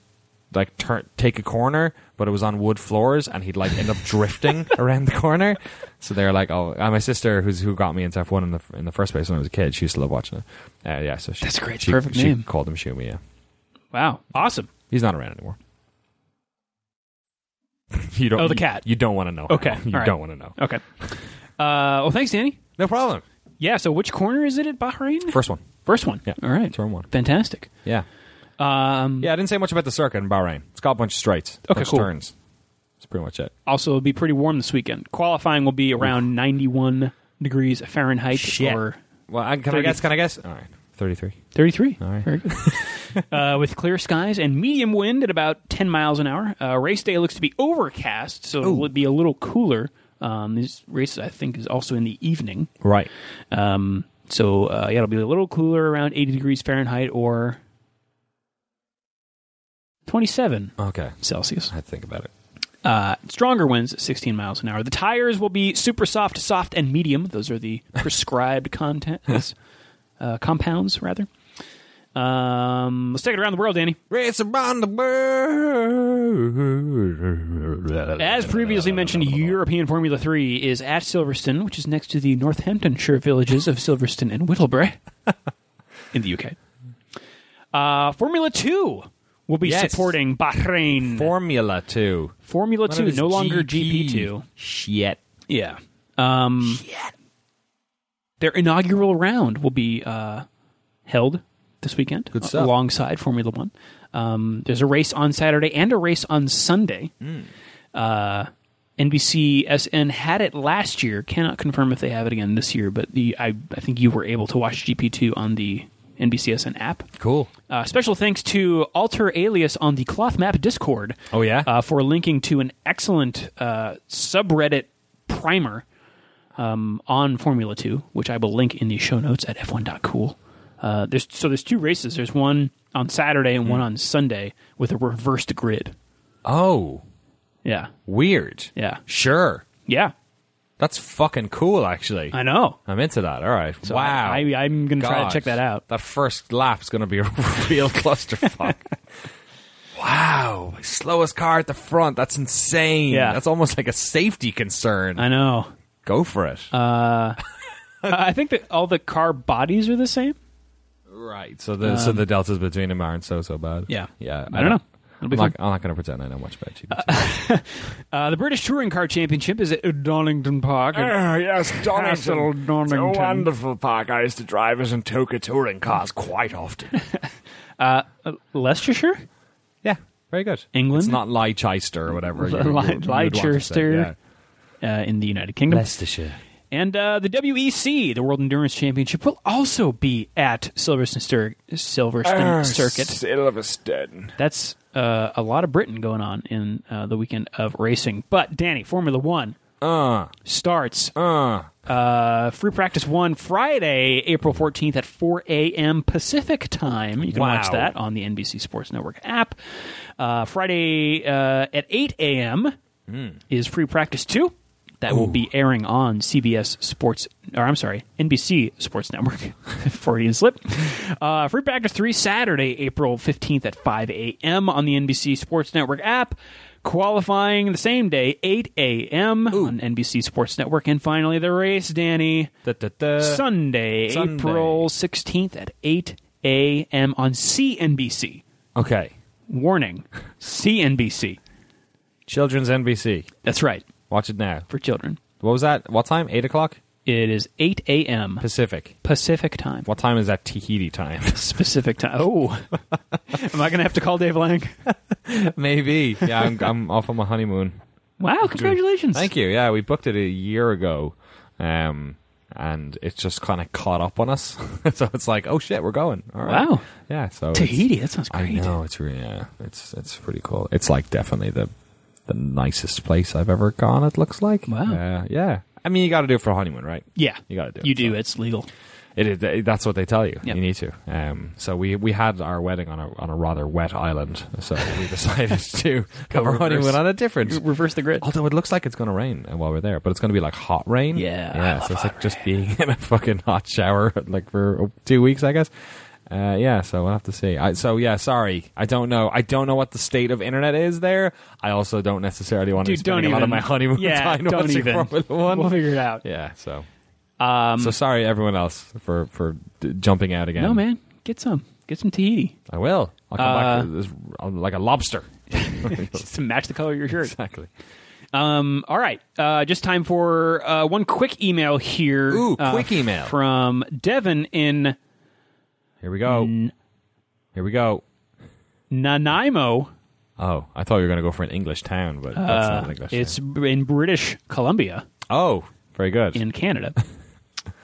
like turn take a corner, but it was on wood floors, and he'd like end up [LAUGHS] drifting around the corner. So they're like, oh, and my sister who's who got me into F one in the in the first place when I was a kid, she used to love watching it. Uh, yeah, so she, That's great. She, Perfect she name. Called him shoo me. Yeah. Wow. Awesome. He's not around anymore. You don't. Oh, the you- cat. You, don't want to know. Okay, You all right. don't want to know. Okay. Uh, well, thanks, Danny. No problem. Yeah, so which corner is it at Bahrain? First one. First one. Yeah. All right. [LAUGHS] Turn one. Fantastic. Yeah. Um, Yeah. I didn't say much about the circuit in Bahrain. It's got a bunch of straights. Okay, bunch of cool. Turns. That's pretty much it. Also, it'll be pretty warm this weekend. Qualifying will be around 91 degrees Fahrenheit or Well, I, can I Thirty- guess? Can I guess? All right. Thirty-three. 33. All right. Very good. uh, with clear skies and medium wind at about 10 miles an hour. Uh, race day looks to be overcast, so it'll be a little cooler. Um, this race, I think, is also in the evening. Right. Um, so, uh, yeah, it'll be a little cooler around 80 degrees Fahrenheit or 27 Okay. Celsius. I had to think about it. Uh, stronger winds at 16 miles an hour. The tires will be super soft, soft, and medium. Those are the prescribed contents, uh, compounds, rather. Um, let's take it around the world, Danny. Race around the world. As previously mentioned, European Formula 3 is at Silverstone, which is next to the Northamptonshire villages of Silverstone and Whittlebury in the UK. Uh, Formula 2 will be Yes. supporting Bahrain. Formula Two. Formula What 2, is no longer GP? GP2. Shit. Yeah. Um, Their inaugural round will be uh, held this weekend Good a- stuff. alongside Formula One. Hmm. Um, there's a race on Saturday and a race on Sunday. Uh, NBC SN had it last year. Cannot confirm if they have it again this year, but the I, I think you were able to watch GP2 on the NBC SN app. Cool. Uh, special thanks to Alter Alias on the Cloth Map Discord. Oh, yeah? uh, for linking to an excellent uh, subreddit primer um, on Formula Two, which I will link in the show notes at f1.cool. Uh, there's so there's two races. There's one on Saturday and one on Sunday with a reversed grid. Oh, Yeah, weird. yeah, Sure. yeah. That's fucking cool, actually. I know. I'm into that. All right. wow. I, I, am going to try to God. check that out. That first lap's going to be a [LAUGHS] [LAUGHS] real clusterfuck. wow. Slowest car at the front. That's insane. Yeah. That's almost like a safety concern. I [LAUGHS] Uh, know. Go for it. I think that all the car bodies are the same. right. So the so the deltas between them aren't so so bad. um, Yeah. Yeah. I don't know. It'll I'm be not, I'm not going to pretend I know much about you. Uh, the British Touring Car Championship is at Donington Park. and- Ah, yes, Castle Normington. It's a wonderful park. I used to drive it in Toka touring cars Mm. [LAUGHS] quite often. Leicestershire? yeah, very good. England? It's not Leicester or [LAUGHS] whatever. you- Li- you- you would want to say, Leicester. yeah. Uh, in the United Kingdom. Leicestershire. And uh, the WEC, the World Endurance Championship, will also be at Silverstone, Stir- Silverstone Circuit. Silverstone. That's uh, a lot of Britain going on in uh, the weekend of racing. But, Danny, Formula One Uh, starts uh. uh, free practice one Friday, April 14th at 4 a.m. Pacific time. You can Wow. watch that on the NBC Sports Network app. Uh, Friday uh, at 8 a.m. is free practice two. That will be airing on CBS Sports, or I'm sorry, NBC Sports Network, [LAUGHS] Freudian slip. Uh, free practice three Saturday, April 15th at 5 a.m. on the NBC Sports Network app. Qualifying the same day, 8 a.m. on NBC Sports Network. And finally, the race, Danny. Da, da, da. Sunday, Uh, Sunday. April 16th at 8 a.m. on CNBC. Okay. Warning CNBC. Children's NBC. That's right, Watch it now. for children. What was that? What time? 8 o'clock? It is 8 a.m. Pacific. Pacific time. What time is that Tahiti time? Specific time. Oh. Am I going to have to call Dave Lang? [LAUGHS] Maybe. Yeah, I'm, I'm off on my honeymoon. Wow, congratulations. Thank you. Yeah, we booked it a year ago, um, and it's just kind of caught up on us. [LAUGHS] so it's like, oh shit, we're going. All right. Wow. Yeah. So it's- Tahiti, that sounds I great. know it's really yeah, it's it's pretty cool. It's like definitely the the nicest place I've ever gone. It looks like. Wow. Uh, yeah. I mean, you got to do it for a honeymoon, right? Yeah. You gotta do it, You do. so. It's legal. It is. it- That's what they tell you. Yep. You need to. Um, so we we had our wedding on a on a rather wet island. So we [LAUGHS] decided to have our reverse. honeymoon on a different Reverse the grid. Although it looks like it's going to rain while we're there, but it's going to be like hot rain. Yeah, I yeah. love So it's hot like just being in a fucking hot shower like for two weeks, I guess. Uh, yeah. So we'll have to see. I, so yeah, sorry, I don't know. I don't know what the state of internet is there. I also don't necessarily want Dude, to spend don't a lot of even. my honeymoon yeah, time don't watching even. Formula One. We'll figure it out. yeah. So [LAUGHS] Um, so sorry everyone else for for d- jumping out again. no, man. Get some. Get some Tahiti. I will. I'll come Uh, back to this, I'm like a lobster. [LAUGHS] [LAUGHS] Just to match the color of your shirt. Exactly. Um, all right. Uh, just time for uh, one quick email here. Ooh, uh, quick email. From Devin in Here we go. Here we go. Nanaimo. Oh, I thought you were going to go for an English town, but that's not an English Uh, It's town. in British Columbia Oh, very good. in [LAUGHS] Canada.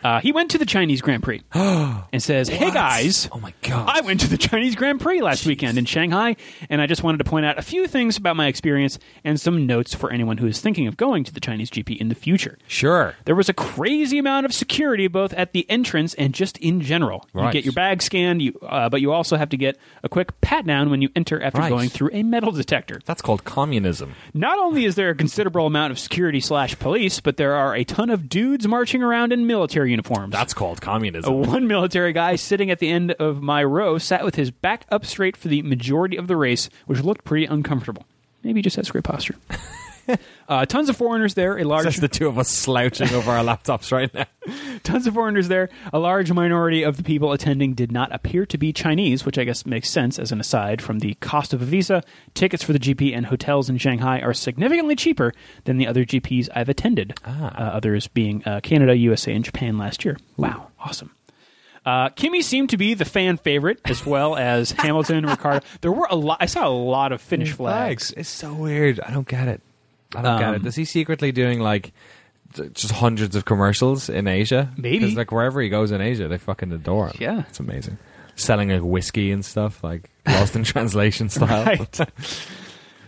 uh, he went to the Chinese Grand Prix and says, Hey [GASPS] What? guys. Oh my god. I went to the Chinese Grand Prix last weekend in Shanghai, and I just wanted to point out a few things about my experience and some notes for anyone who is thinking of going to the Chinese GP in the future. sure. There was a crazy amount of security both at the entrance and just in general. You Right. get your bag scanned, you, uh, but you also have to get a quick pat down when you enter after Right. going through a metal detector. That's called communism. Not only is there a considerable amount of security slash police, but there are a ton of dudes marching around in military uniforms. That's called [LAUGHS] communism. [LAUGHS] One military guy sitting at the end of my row sat with his back up straight for the majority of the race, which looked pretty uncomfortable. Maybe he just has great posture. [LAUGHS] uh, tons of foreigners there. A large Just the two of us slouching over our laptops right [LAUGHS] now. tons of foreigners there. A large minority of the people attending did not appear to be Chinese, which I guess makes sense as an aside from the cost of a visa. Tickets for the GP and hotels in Shanghai are significantly cheaper than the other GPs I've attended, uh, others being uh, Canada, USA, and Japan last year. Wow, awesome. Uh, Kimmy seemed to be the fan favorite, as well as [LAUGHS] Hamilton, Ricardo. There were a lot. I saw a lot of Finnish flags. It's so weird. I don't get it. I don't Um, get it. Is he secretly doing like j- just hundreds of commercials in Asia? Maybe. 'Cause, like wherever he goes in Asia, they fucking adore him. Yeah. it's amazing. Selling like whiskey and stuff, like lost in [LAUGHS] translation [LAUGHS] style. Right.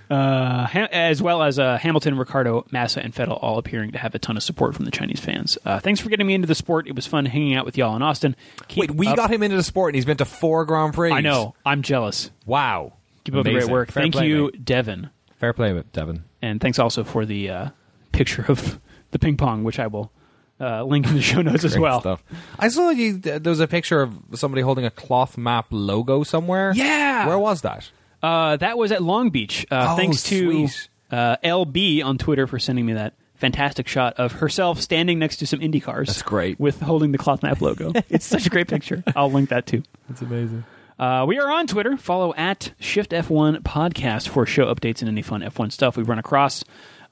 Uh, Ham- as well as uh, Hamilton, Ricardo, Massa, and Fettel all appearing to have a ton of support from the Chinese fans. Uh, thanks for getting me into the sport. It was fun hanging out with y'all in Austin. Keep Wait, we up- got him into the sport, and he's been to four Grand Prix. I know. I'm jealous. Wow. Keep up the great Amazing. work. Fair Thank play, you, mate. Devin, Fair play, with Devin. and thanks also for the uh, picture of [LAUGHS] the ping pong, which I will uh, link in the show notes as Great well. stuff. I saw you. There was a picture of somebody holding a cloth map logo somewhere. Yeah. Where was that? Uh, that was at Long Beach. Uh, Oh, thanks to sweet. uh, LB on Twitter for sending me that fantastic shot of herself standing next to some Indy cars. That's great. With holding the cloth map logo. it's such a great picture. I'll link that too. That's amazing. Uh, we are on Twitter. Follow at Shift F1 Podcast for show updates and any fun F1 stuff we run across.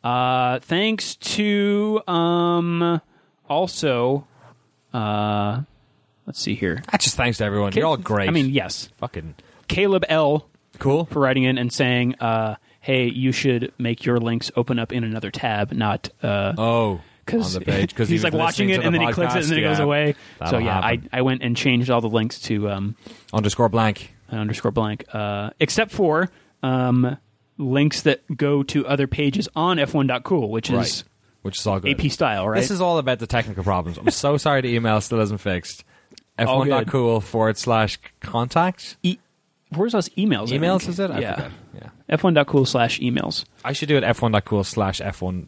Uh, thanks to um, also, uh, let's see here. Ah, just thanks to everyone. You're all great. I mean, yes. fucking Caleb L cool. for writing in and saying, uh, "Hey, you should make your links open up in another tab, not uh, Oh, because on the page [LAUGHS] because he's like watching it and then he clicks it and then it goes away." So That'll yeah, I, happen. I went and changed all the links to um, underscore blank. an underscore blank, uh, except for um, links that go to other pages on f1.cool, which is which is all good. AP style, right? This is all about the technical problems. I'm so sorry the email still isn't fixed. All good. F1.cool forward slash contact. e- where's us emails? I Emails think? is it? I yeah. forget. Yeah. F1.cool slash [LAUGHS] emails. I should do it f1.cool slash f1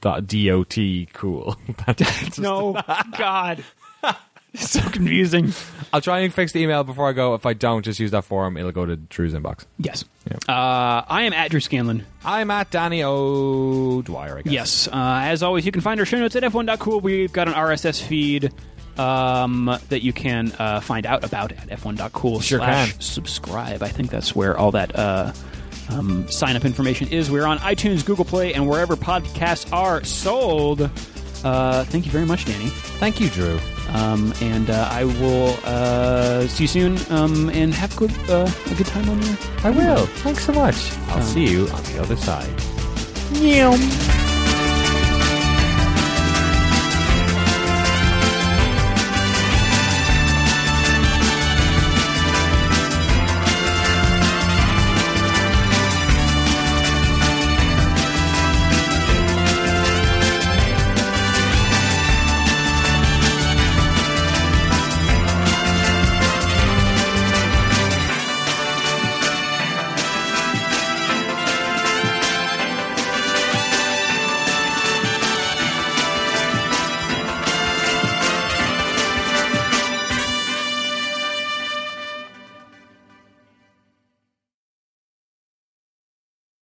dot dot cool. [LAUGHS] [LAUGHS] No, God. [LAUGHS] It's so confusing. I'll try and fix the email before I go. If I don't, just use that form. It'll go to Drew's inbox. Yes. Uh, I am at Drew Scanlon. I'm at Danny O'Dwyer. I guess. Yes. Uh, as always, you can find our show notes at f1.cool. We've got an RSS feed um, that you can uh, find out about at f1.cool Sure slash can. subscribe. I think that's where all that uh, um, sign up information is. We're on iTunes, Google Play, and wherever podcasts are sold. Uh, thank you very much, Danny. Thank you, Drew. Um, and uh, I will uh, see you soon. Um, and have good, uh, a good time on your Um, I will. Thanks so much. I'll see you on the other side.